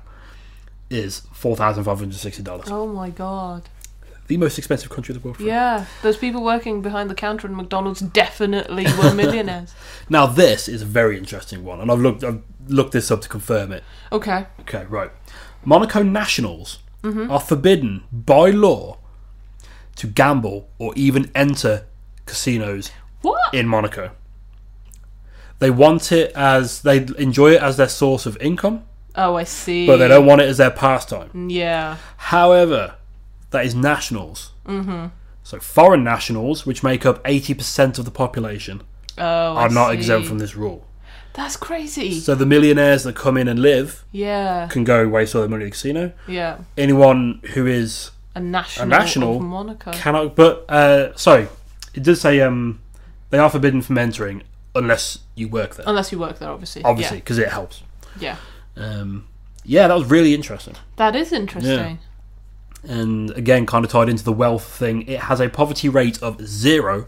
is four thousand five hundred sixty dollars. Oh my god. The most expensive country in the world. For Yeah, those people working behind the counter in McDonald's definitely were millionaires. Now, this is a very interesting one, and I've looked I've looked this up to confirm it. Okay. Okay, right. Monaco nationals Mm-hmm. are forbidden by law to gamble or even enter casinos What? in Monaco. They want it as they enjoy it as their source of income. Oh, I see. Mm, but they don't want it as their pastime. Yeah. However, that is nationals. Mm-hmm. So foreign nationals, which make up 80% of the population, Oh, I are not see. exempt from this rule. That's crazy. So the millionaires that come in and live Yeah. can go waste all their money at the casino. Yeah. Anyone who is A national. national of Monaco. cannot, but uh, sorry, it does say um, they are forbidden from entering unless you work there. Unless you work there, obviously. Obviously, because it helps. Yeah. yeah. Um, yeah, that was really interesting. That is interesting. And again, kind of tied into the wealth thing, it has a poverty rate of zero,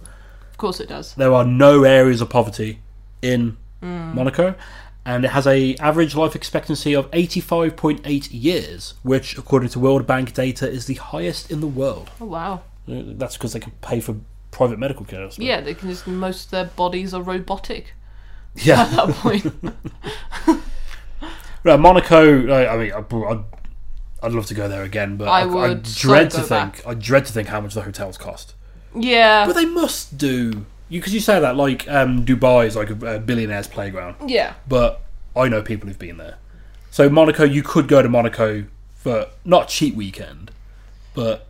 Of course it does. there are no areas of poverty in Hmm. Monaco, and it has a average life expectancy of 85.8 years, which, according to World Bank data, is the highest in the world. Oh wow. That's because they can pay for private medical care. I suppose. Yeah, they can just most of their bodies are robotic at yeah. that point. Right, Monaco. I, I mean, I, I'd, I'd love to go there again, but I, I I, would so dread to go back. think. I dread to think how much the hotels cost. yeah. But they must do. You because you say that like um, Dubai is like a, a billionaire's playground. yeah. but I know people who've been there. So Monaco, you could go to Monaco for not a cheap weekend, but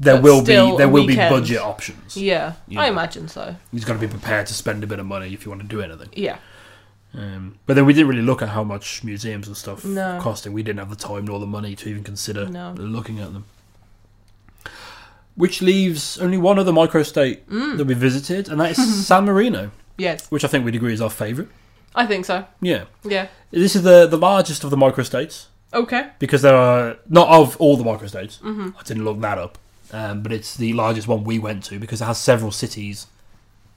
there But will be still there a will weekend. be budget options. Yeah. Yeah. I imagine so. You've got to be prepared to spend a bit of money if you want to do anything. Yeah. Um, but then we didn't really look at how much museums and stuff No. costing. We didn't have the time nor the money to even consider No. looking at them. Which leaves only one other microstate Mm. that we visited, and that is San Marino, Yes, which I think we'd agree is our favourite. I think so. Yeah. Yeah. This is the, the largest of the microstates Okay. because there are not of all the microstates. Mm-hmm. I didn't look that up, um, but it's the largest one we went to because it has several cities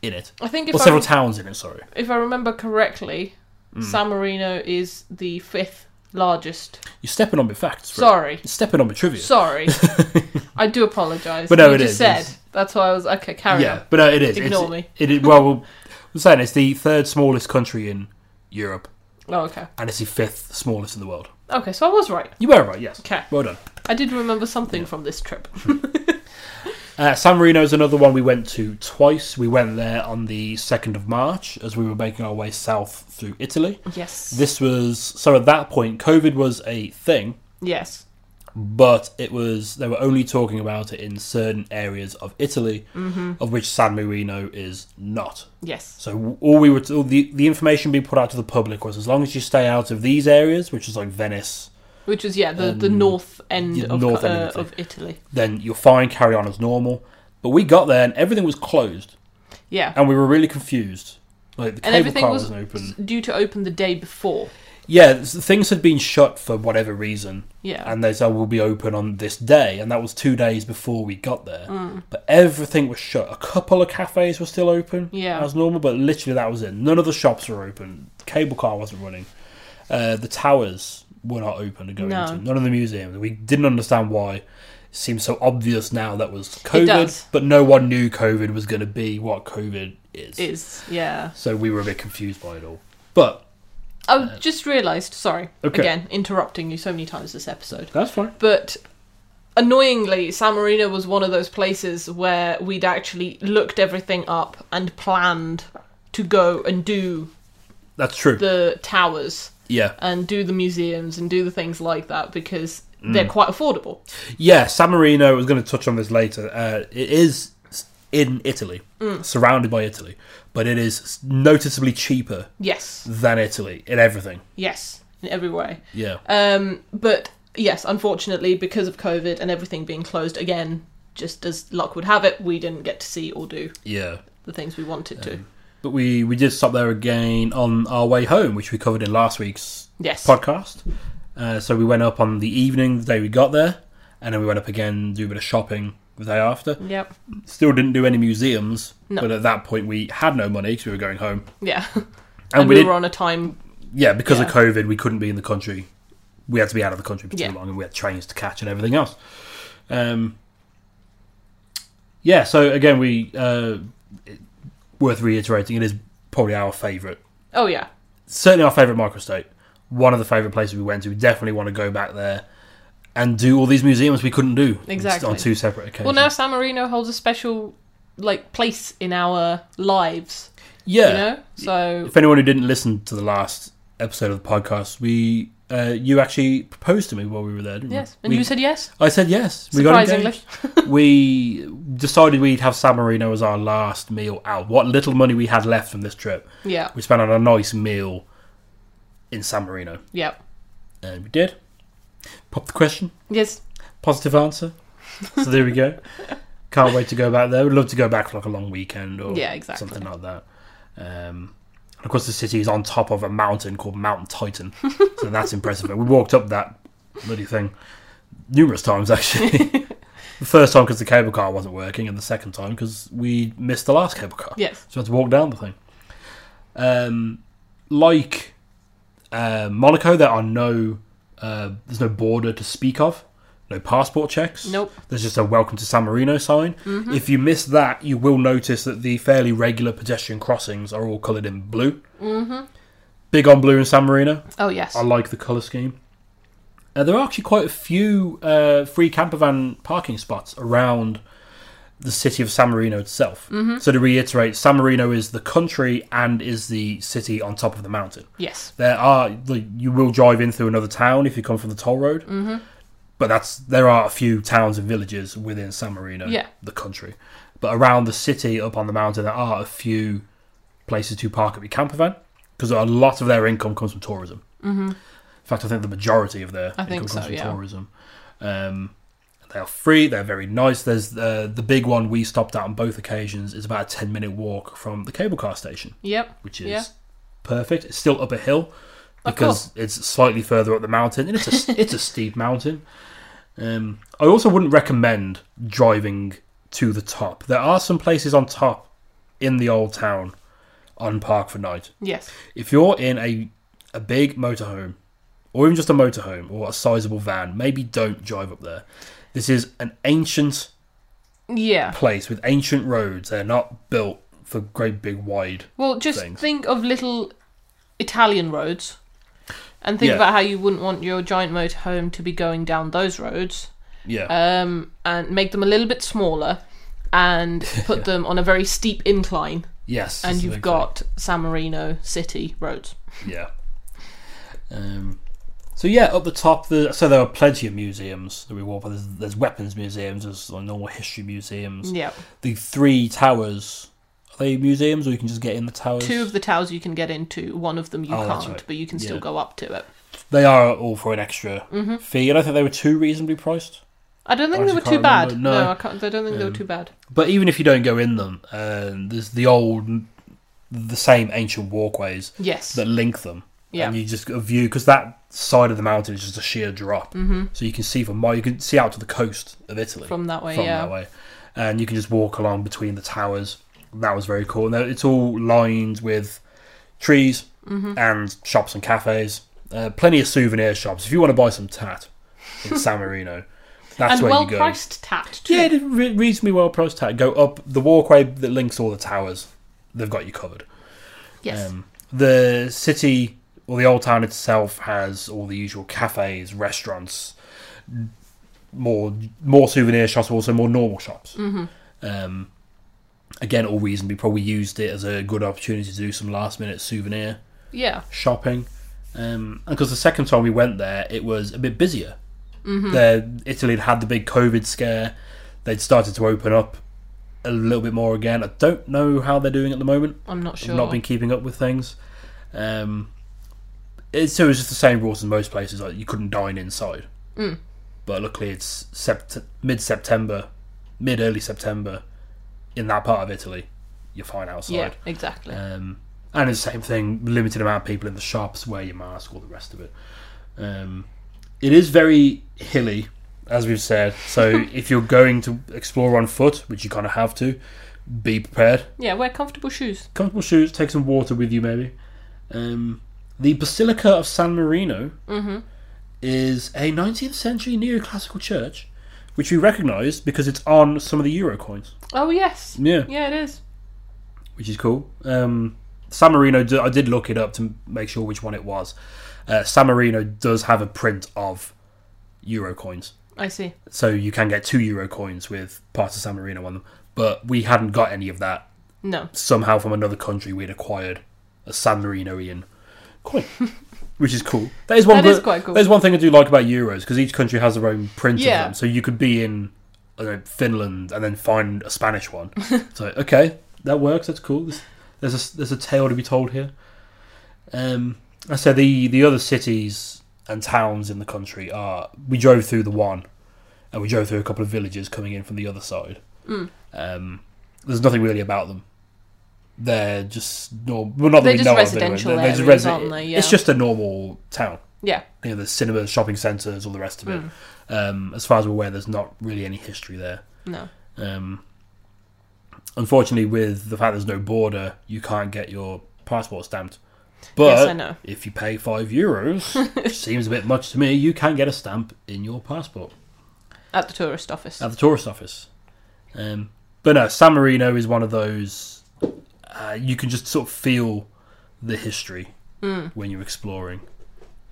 in it, I think if or I, several Mm. towns in it. Sorry, if I remember correctly, San Marino is the fifth largest. you're stepping on my facts. Fred. Sorry. You're stepping on my trivia. Sorry. I do apologise. But no, you it just is, said. it's- That's why I was okay. Carry yeah, but no, it is. Ignore it's, me. It is, well, I'm saying it's the third smallest country in Europe, on. Oh, okay. and it's the fifth smallest in the world. Okay, so I was right. You were right. Yes. Okay, Well done. I did remember something from this trip. Uh, San Marino is another one we went to twice. We went there on the 2nd of March as we were making our way south through Italy. Yes. This was so at that point, COVID was a thing, Yes. but it was they were only talking about it in certain areas of Italy, Mm-hmm. of which San Marino is not. Yes. So all we were all the the information being put out to the public was as long as you stay out of these areas, which is like Venice, Which is yeah the, the Um, north end yeah, of north uh, end of Italy. of Italy. then you're fine. Carry on as normal. But we got there and everything was closed, Yeah. and we were really confused. Like the and cable everything car was wasn't open. due to open the day before. Yeah, s- things had been shut for whatever reason. Yeah. and they said "Oh, we'll be open on this day, and that was two days before we got there. Mm. But everything was shut. A couple of cafes were still open, Yeah. as normal, but literally that was it. None of the shops were open. Cable car wasn't running. Uh, the towers were not open to go No. into. None of the museums. We didn't understand why. It seems so obvious now that was COVID, does. but no one knew COVID was going to be what COVID is. is yeah. So we were a bit confused by it all. But I just realised. Sorry. uh, Okay. Again, interrupting you so many times this episode. that's fine. But annoyingly, San Marino was one of those places where we'd actually looked everything up and planned to go and do That's true. the towers yeah. and do the museums and do the things like that because they're quite affordable. Yeah, San Marino. I was going to touch on this later. Uh, it is in Italy, Mm. surrounded by Italy, but it is noticeably cheaper Yes. than Italy in everything. Yes. In every way. Yeah, Um, but yes, unfortunately, because of COVID and everything being closed again, just as luck would have it, we didn't get to see or do yeah. the things we wanted to. But we we did stop there again on our way home, which we covered in last week's Yes. podcast. Uh, so we went up on the evening, the day we got there, and then we went up again, do a bit of shopping the day after. Yep. Still didn't do any museums, No. but at that point we had no money because we were going home, Yeah. And, and, we we, did were on a time. Yeah, because of Yeah. COVID, we couldn't be in the country. We had to be out of the country for too Yeah. long, and we had trains to catch and everything else. Um, yeah, so again, we uh, it- worth reiterating. It is probably our favourite, Oh yeah. certainly our favourite microstate. One of the favourite places we went to. We definitely want to go back there and do all these museums we couldn't do on- Exactly. on two separate occasions. Well, now San Marino holds a special like place in our lives. yeah, You know. So if anyone who didn't listen to the last episode of the podcast, we uh, you actually proposed to me while we were there. Didn't you? yes, and We- you said yes. I said yes. We got Surprisingly. engaged. we decided we'd have San Marino as our last meal out. What little money we had left from this trip, Yeah. we spent on a nice meal in San Marino, Yep. and we did. Pop the question, Yes. positive answer. So there we go. Can't wait to go back there. Would love to go back for like a long weekend or Yeah, exactly. something like that. Um, and of course, the city is on top of a mountain called Mount Titan, so that's impressive. We walked up that bloody thing numerous times actually. the first time because the cable car wasn't working, and the second time because we missed the last cable car, Yes. so we had to walk down the thing. Um, like uh, Monaco, there are no uh, there's no border to speak of, no passport checks. Nope. There's just a welcome to San Marino sign. If you miss that, you will notice that the fairly regular pedestrian crossings are all coloured in blue. Mm-hmm. Big on blue in San Marino. Oh yes. I like the colour scheme. Uh, there are actually quite a few uh, free campervan parking spots around the city of San Marino itself. So to reiterate, San Marino is the country and is the city on top of the mountain. Yes. There are like, you will drive in through another town if you come from the toll road, mm-hmm. but that's there are a few towns and villages within San Marino, Yeah. the country. But around the city, up on the mountain, there are a few places to park up your campervan. because a lot of their income comes from tourism. hmm In fact, I think the majority of their I income think comes so, from yeah. tourism. Um, they are free. They're very nice. There's uh, the big one we stopped at on both occasions is about a ten minute walk from the cable car station, Yep. which is Yeah. perfect. It's still up a hill Of because it's slightly further up the mountain, and it's a it's a steep mountain. Um, I also wouldn't recommend driving to the top. There are some places on top in the old town on Park for Night Yes. if you're in a a big motorhome, or even just a motorhome or a sizable van, maybe don't drive up there. This is an ancient Yeah. place with ancient roads. They're not built for great big wide. Well, just Things. think of little Italian roads, and think Yeah. about how you wouldn't want your giant motorhome to be going down those roads. Yeah, um, and make them a little bit smaller and put them on a very steep incline yes. and that's you've exactly- got San Marino city roads. yeah. Um, so yeah, up the top, the, so there are plenty of museums that we walk by. There's, there's weapons museums, there's like, normal history museums. Yeah. The three towers are they museums, or you can just get in the towers? Two of the towers you can get into, one of them you Oh, that's can't, right. but you can still Yeah. go up to it. They are all for an extra Mm-hmm. fee, and I think they were too reasonably priced. I don't think I they were actually can't too bad. remember. No, No. I, can't, I don't think they were Um, too bad. But even if you don't go in them, uh, there's the old, the same ancient walkways Yes. that link them. yeah. And you just get a view because that side of the mountain is just a sheer drop, hmm so you can see from you can see out to the coast of Italy From that way, from yeah. that way, and you can just walk along between the towers. That was very cool. And it's all lined with trees Mm-hmm. and shops and cafes. Uh, plenty of souvenir shops. If you want to buy some tat in San Marino, that's and where well you go. priced tat too. Yeah, it is re- reasonably well priced tag. Go up the walkway that links all the towers. They've got you covered. Yes. Um, the city or the old town itself has all the usual cafes, restaurants, n- more more souvenir shops, also more normal shops. hmm Um, again, all reasonably probably used it as a good opportunity to do some last minute souvenir Yeah. shopping. Um, and because the second time we went there, it was a bit busier. There, Italy had had the big COVID scare. They'd started to open up a little bit more again. I don't know how they're doing at the moment. I'm not sure. I've not been keeping up with things. Um, it, so it was just the same rules in most places. Like you couldn't dine inside. Mm. But luckily, it's sept- mid September, mid early September, in that part of Italy, you're fine outside. yeah, exactly. Um, and it's the same thing, limited amount of people in the shops, wear your mask, all the rest of it. Um, it is very hilly, as we've said. So if you're going to explore on foot, which you kind of have to, be prepared. yeah, wear comfortable shoes. Comfortable shoes, take some water with you, maybe. Um, the Basilica of San Marino Mhm. is a 19th century neoclassical church, which we recognise because it's on some of the euro coins. Oh, yes. Yeah Yeah, it is. which is cool. Um, San Marino, do, I did look it up to make sure which one it was. Uh, San Marino does have a print of euro coins, I see. so you can get two euro coins with parts of San Marino on them. But we hadn't got any of that. No. Somehow, from another country, we'd acquired a San Marinoian coin, which is cool. That is one. That is good- quite cool. that is one thing I do like about euros because each country has their own print Yeah. of them. So you could be in I don't know, Finland and then find a Spanish one. so okay, that works. That's cool. There's, there's a there's a tale to be told here. Um, I said the the other cities and towns in the country are. We drove through the one, and we drove through a couple of villages coming in from the other side. Mm. Um, there's nothing really about them. They're just normal. Well, not that They're we just know of, anyway. residential They're- they're just areas, resi- aren't they? Yeah. It's just a normal town Yeah. you know, the cinema, shopping centres, all the rest of it. Mm. Um, as far as we're aware, there's not really any history there. No. Um, unfortunately, with the fact there's no border, you can't get your passport stamped. But yes, I know. if you pay five euros, which seems a bit much to me, you can get a stamp in your passport At the tourist office. at the tourist office. Um, but no, San Marino is one of those. Uh, you can just sort of feel the history Mm. when you're exploring.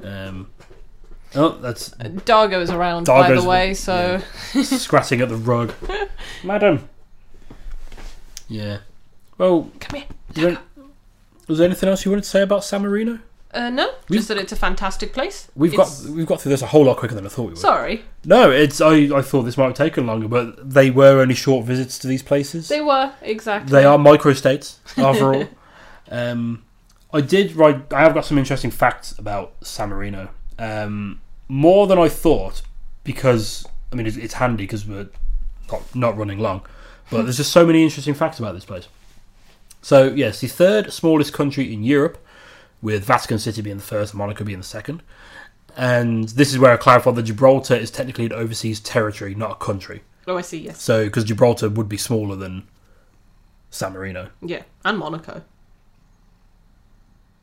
Um, oh, that's Dargo's around, by Dargo's- the way, so scratching at the rug. Madam. Yeah. Well, come here. you don't- was there anything else you wanted to say about San Marino? Uh, no, We've- just that it's a fantastic place. We've It's- got we've got through this a whole lot quicker than I thought we would. Sorry, no, it's I, I thought this might have taken longer, but they were only short visits to these places. they were exactly. They are microstates after all. Um, I did write. I have got some interesting facts about San Marino. Um, more than I thought, because I mean, it's, it's handy because we're not, not running long. But there's just so many interesting facts about this place. So yes, the third smallest country in Europe, with Vatican City being the first and Monaco being the second. And this is where I clarify that Gibraltar is technically an overseas territory, not a country. Oh, I see. Yes. So because Gibraltar would be smaller than San Marino. Yeah, and Monaco.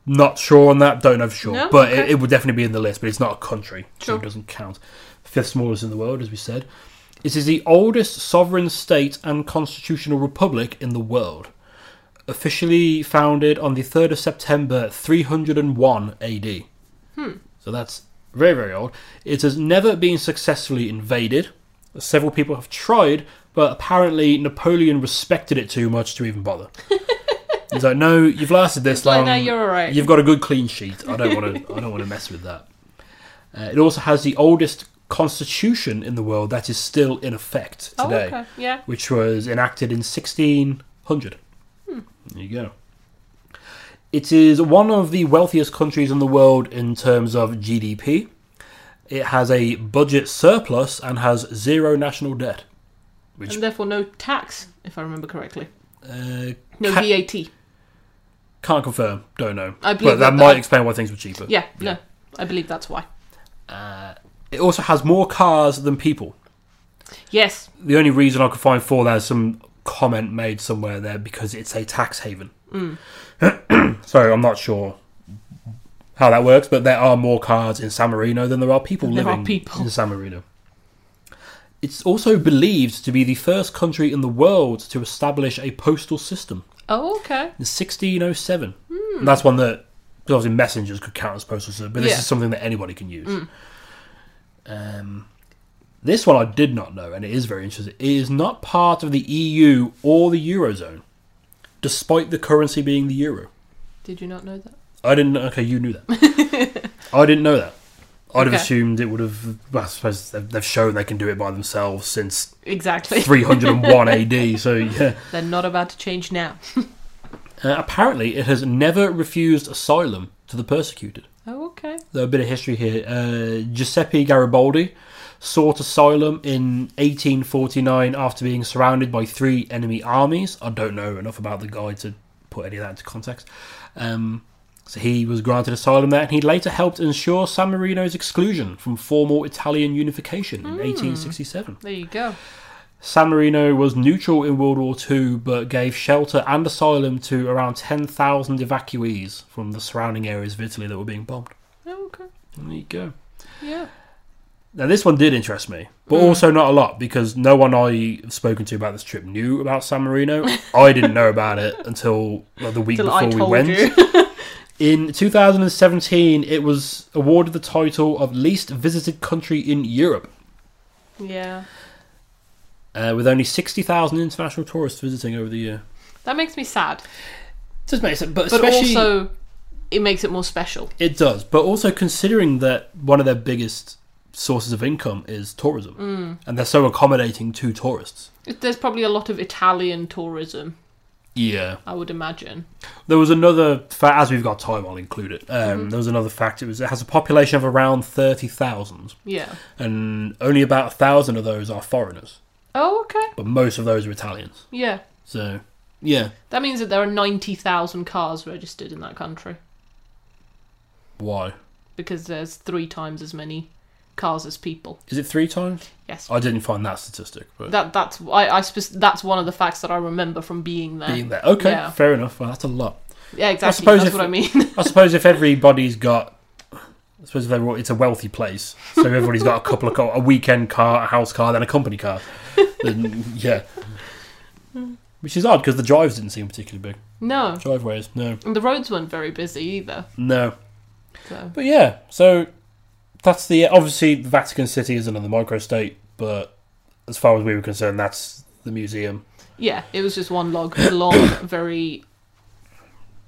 Not sure on that. Don't know for sure, No? but it, Okay. it would definitely be in the list. But it's not a country, so Sure. it doesn't count. Fifth smallest in the world, as we said. It is the oldest sovereign state and constitutional republic in the world. Officially founded on the third of September, three hundred and one A.D. So that's very, very old. It has never been successfully invaded. Several people have tried, but apparently Napoleon respected it too much to even bother. He's like, no, you've lasted this It's long. like, "No, you're all right." You've got a good clean sheet. I don't want to. I don't want to mess with that. Uh, it also has the oldest constitution in the world that is still in effect Oh, today okay. Yeah. which was enacted in 1600. Hmm. There you go. It is one of the wealthiest countries in the world in terms of GDP. It has a budget surplus and has zero national debt. Which And therefore, no tax, if I remember correctly. uh, No ca- VAT. can't confirm, don't know. I but believe that that- might I- explain why things were cheaper. Yeah, no, I believe that's why. Uh, it also has more cars than people. Yes, The only reason I could find for that is some comment made somewhere there because it's a tax haven. Mm. so I'm not sure how that works, but there are more cars in San Marino than there are people There are living people. in San Marino. It's also believed to be the first country in the world to establish a postal system Oh, okay. in 1607. And That's one that 'cause obviously messengers could count as postal service, but this Yeah. Mm. is something that anybody can use. Um, this one I did not know, and it is very interesting. It is not part of the EU or the eurozone, despite the currency being the euro. Did you not know that? I didn't. know- Okay, you knew that. I didn't know that. I'd have Okay. assumed it would have. Well, I suppose they've they've shown they can do it by themselves since Exactly. 301 AD. So yeah. They're not about to change now. Uh, apparently, it has never refused asylum to the persecuted. Oh, okay. So a bit of history here. Uh, Giuseppe Garibaldi sought asylum in 1849 after being surrounded by three enemy armies. I don't know enough about the guy to put any of that into context. Um, so he was granted asylum there, and he later helped ensure San Marino's exclusion from formal Italian unification in 1867. There you go. San Marino was neutral in World War II, but gave shelter and asylum to around 10,000 evacuees from the surrounding areas of Italy that were being bombed. Oh, okay. There you go. Yeah. Now, this one did interest me, but also not a lot because no one I've spoken to about this trip knew about San Marino. I didn't know about it until like, the week Till before I we told went. you. In 2017, it was awarded the title of least visited country in Europe, yeah. uh, with only 60,000 international tourists visiting over the year. That makes me sad. Does make sense, but, But especially also, it makes it more special. it does. But also considering that one of their biggest sources of income is tourism, and they're so accommodating to tourists. There's probably a lot of Italian tourism, Yeah, I would imagine. There was another fact, as we've got time, I'll include it. Um, Mm-hmm. There was another fact. It was it has a population of around thirty thousand, Yeah. and only about a thousand of those are foreigners, Oh, okay. but most of those are Italians. Yeah. So, yeah, That means that there are 90,000 cars registered in that country why because there's three times as many cars as people. is it three times? Yes. I didn't find that statistic, Oh, but That that's I, I spec- that's one of the facts that I remember from being there. being there, okay, uh, Yeah. fair enough. Well, that's a lot. Yeah, exactly. suppose That's if- what I mean. I suppose if everybody's got, I suppose if everyone, it's a wealthy place, so everybody's got a couple of car, a weekend car, a house car, then a company car. Then, yeah, which is odd because the drives didn't seem particularly big. no, Driveways, no, and the roads weren't very busy either. no. So But yeah, so that's the obviously the Vatican City is another microstate, but as far as we were concerned, that's the museum. yeah, it was just one log long, very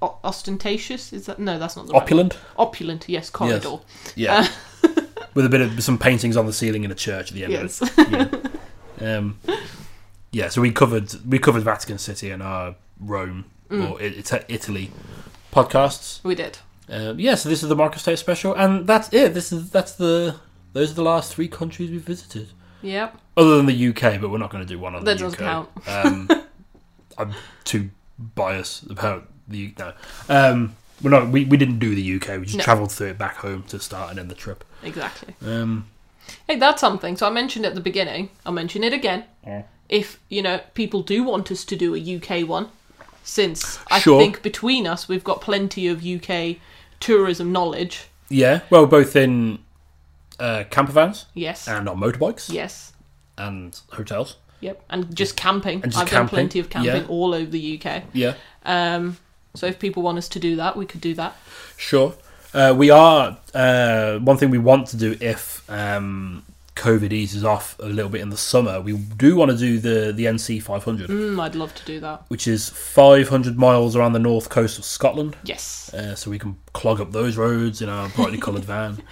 o- ostentatious. Is that no? That's not the right word. Opulent, Opulent, yes, corridor. yeah, with a bit of some paintings on the ceiling in a church at the end. Yes, Of it. Yeah. Um, yeah, so we covered we covered Vatican City and our Rome or I- Ita- Italy podcasts. We did. Uh, yeah, so this is the Marcus State special, and that's it. This is that's the those are the last three countries we have visited, Yep. other than the UK. But we're not going to do one on That the UK. doesn't count. Um, I'm too biased about the U- no. Um, we're not. We, we didn't do the UK. We just No. travelled through it back home to start and end the trip. Exactly. Um, Hey, that's something. So I mentioned at the beginning. I'll mention it again. If you know people do want us to do a UK one, since I Sure. think between us we've got plenty of UK tourism knowledge. yeah. Well, both in uh, camper vans Yes. and on motorbikes yes. and hotels. Yep. And just camping. And just I've done camping, plenty of camping yeah. all over the UK. Yeah. Um, so if people want us to do that, we could do that. Sure. Uh, we are uh, one thing we want to do if um, COVID eases off a little bit in the summer. We do want to do the the NC 500, Mm, I'd love to do that. which is 500 miles around the north coast of Scotland. Yes. Uh, so we can clog up those roads in our brightly coloured van.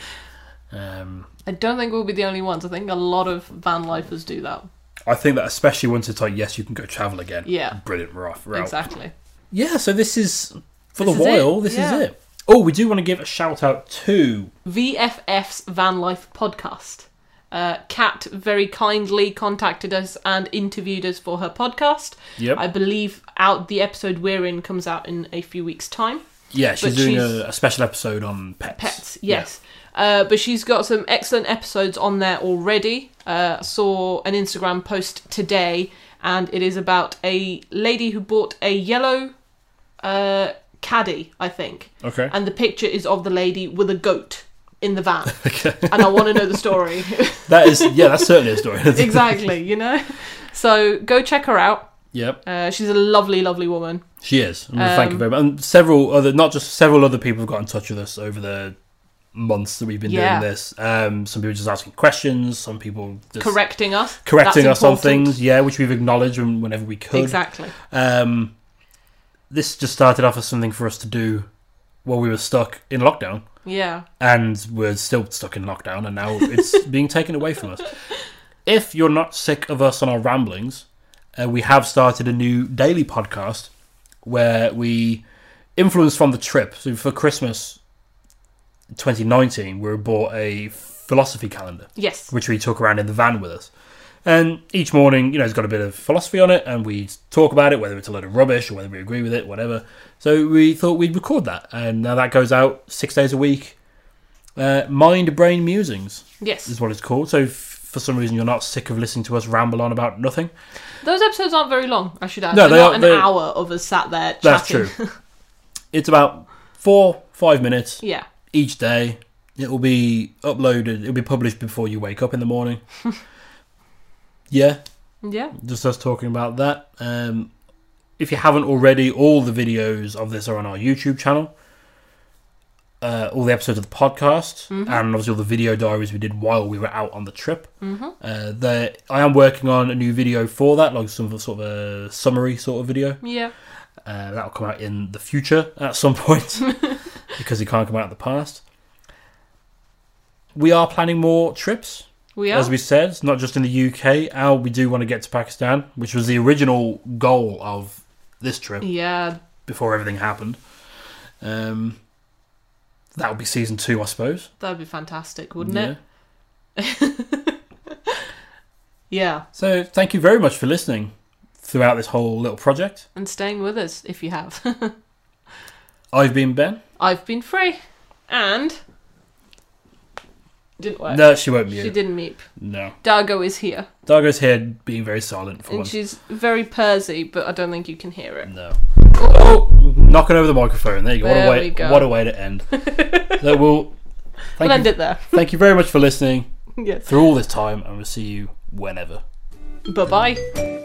Um, I don't think we'll be the only ones. I think a lot of van lifers do that. I think that especially once it's like yes, you can go travel again. Yeah. brilliant rough route. Exactly. Yeah, so this is for This the is it. while. This Yeah. is it. Oh, we do want to give a shout out to VFF's Van Life podcast. Uh, Kat very kindly contacted us and interviewed us for her podcast. Yep. I believe out the episode we're in comes out in a few weeks' time. yeah, she's But doing she's- a, a special episode on pets. Pets, Yeah. yes. Uh, but she's got some excellent episodes on there already. Uh, saw an Instagram post today, and it is about a lady who bought a yellow uh, caddy, I think. Okay. And the picture is of the lady with a goat in the van. And I want to know the story. That is, yeah, that's certainly a story. exactly, you know? So go check her out. Yep, Uh, she's a lovely, lovely woman. she is. And we thank you very Um, much. And several other, not just several other people have got in touch with us over the months that we've been Yeah. doing this. Um, some people just asking questions. Some people just Correcting us. correcting us That's on important. things. Yeah, which we've acknowledged when- whenever we could. Exactly. Um, this just started off as something for us to do while we were stuck in lockdown, Yeah. and we're still stuck in lockdown, and now it's being taken away from us. If you're not sick of us on our ramblings, uh, we have started a new daily podcast where we influence from the trip. So for Christmas 2019, we were bought a philosophy calendar Yes. which we took around in the van with us. And each morning, you know, it's got a bit of philosophy on it, and we talk about it, whether it's a load of rubbish or whether we agree with it, whatever. So we thought we'd record that, and now that goes out six days a week. Uh, Mind Brain Musings Yes. is what it's called. So if for some reason you're not sick of listening to us ramble on about nothing, Those episodes aren't very long, I should add. No, No, they They're not are- an they- hour of us sat there that's chatting. true. it's about four, five minutes yeah. each day. It will be uploaded. It'll be published before you wake up in the morning. yeah, Yeah. just us talking about that. Um, if you haven't already, all the videos of this are on our YouTube channel. Uh, all the episodes of the podcast, and obviously all the video diaries we did while we were out on the trip. Mm-hmm. Uh, there, I am working on a new video for that, like some sort of a summary sort of video. Yeah. Uh, that'll come out in the future at some point because it can't come out in the past. We are planning more trips We are. as we said, it's not just in the UK. Al, we do want to get to Pakistan, which was the original goal of this trip yeah. before everything happened. Um, that would be season two, I suppose. That'd be fantastic, wouldn't Yeah. it? Yeah. So thank you very much for listening throughout this whole little project. And staying with us if you have. I've been Ben. I've been free. And. Didn't work. No, she won't She mute. didn't meep. No. Dargo is here. Dargo's here being very silent for And once. she's very Persy, but I don't think you can hear it. No. Oh, knocking over the microphone. There you go. What There a way, we go. What a way to end. so we'll, We'll thank, end you, it there. thank you very much for listening. yes. through all this time, and we'll see you whenever. Bye bye.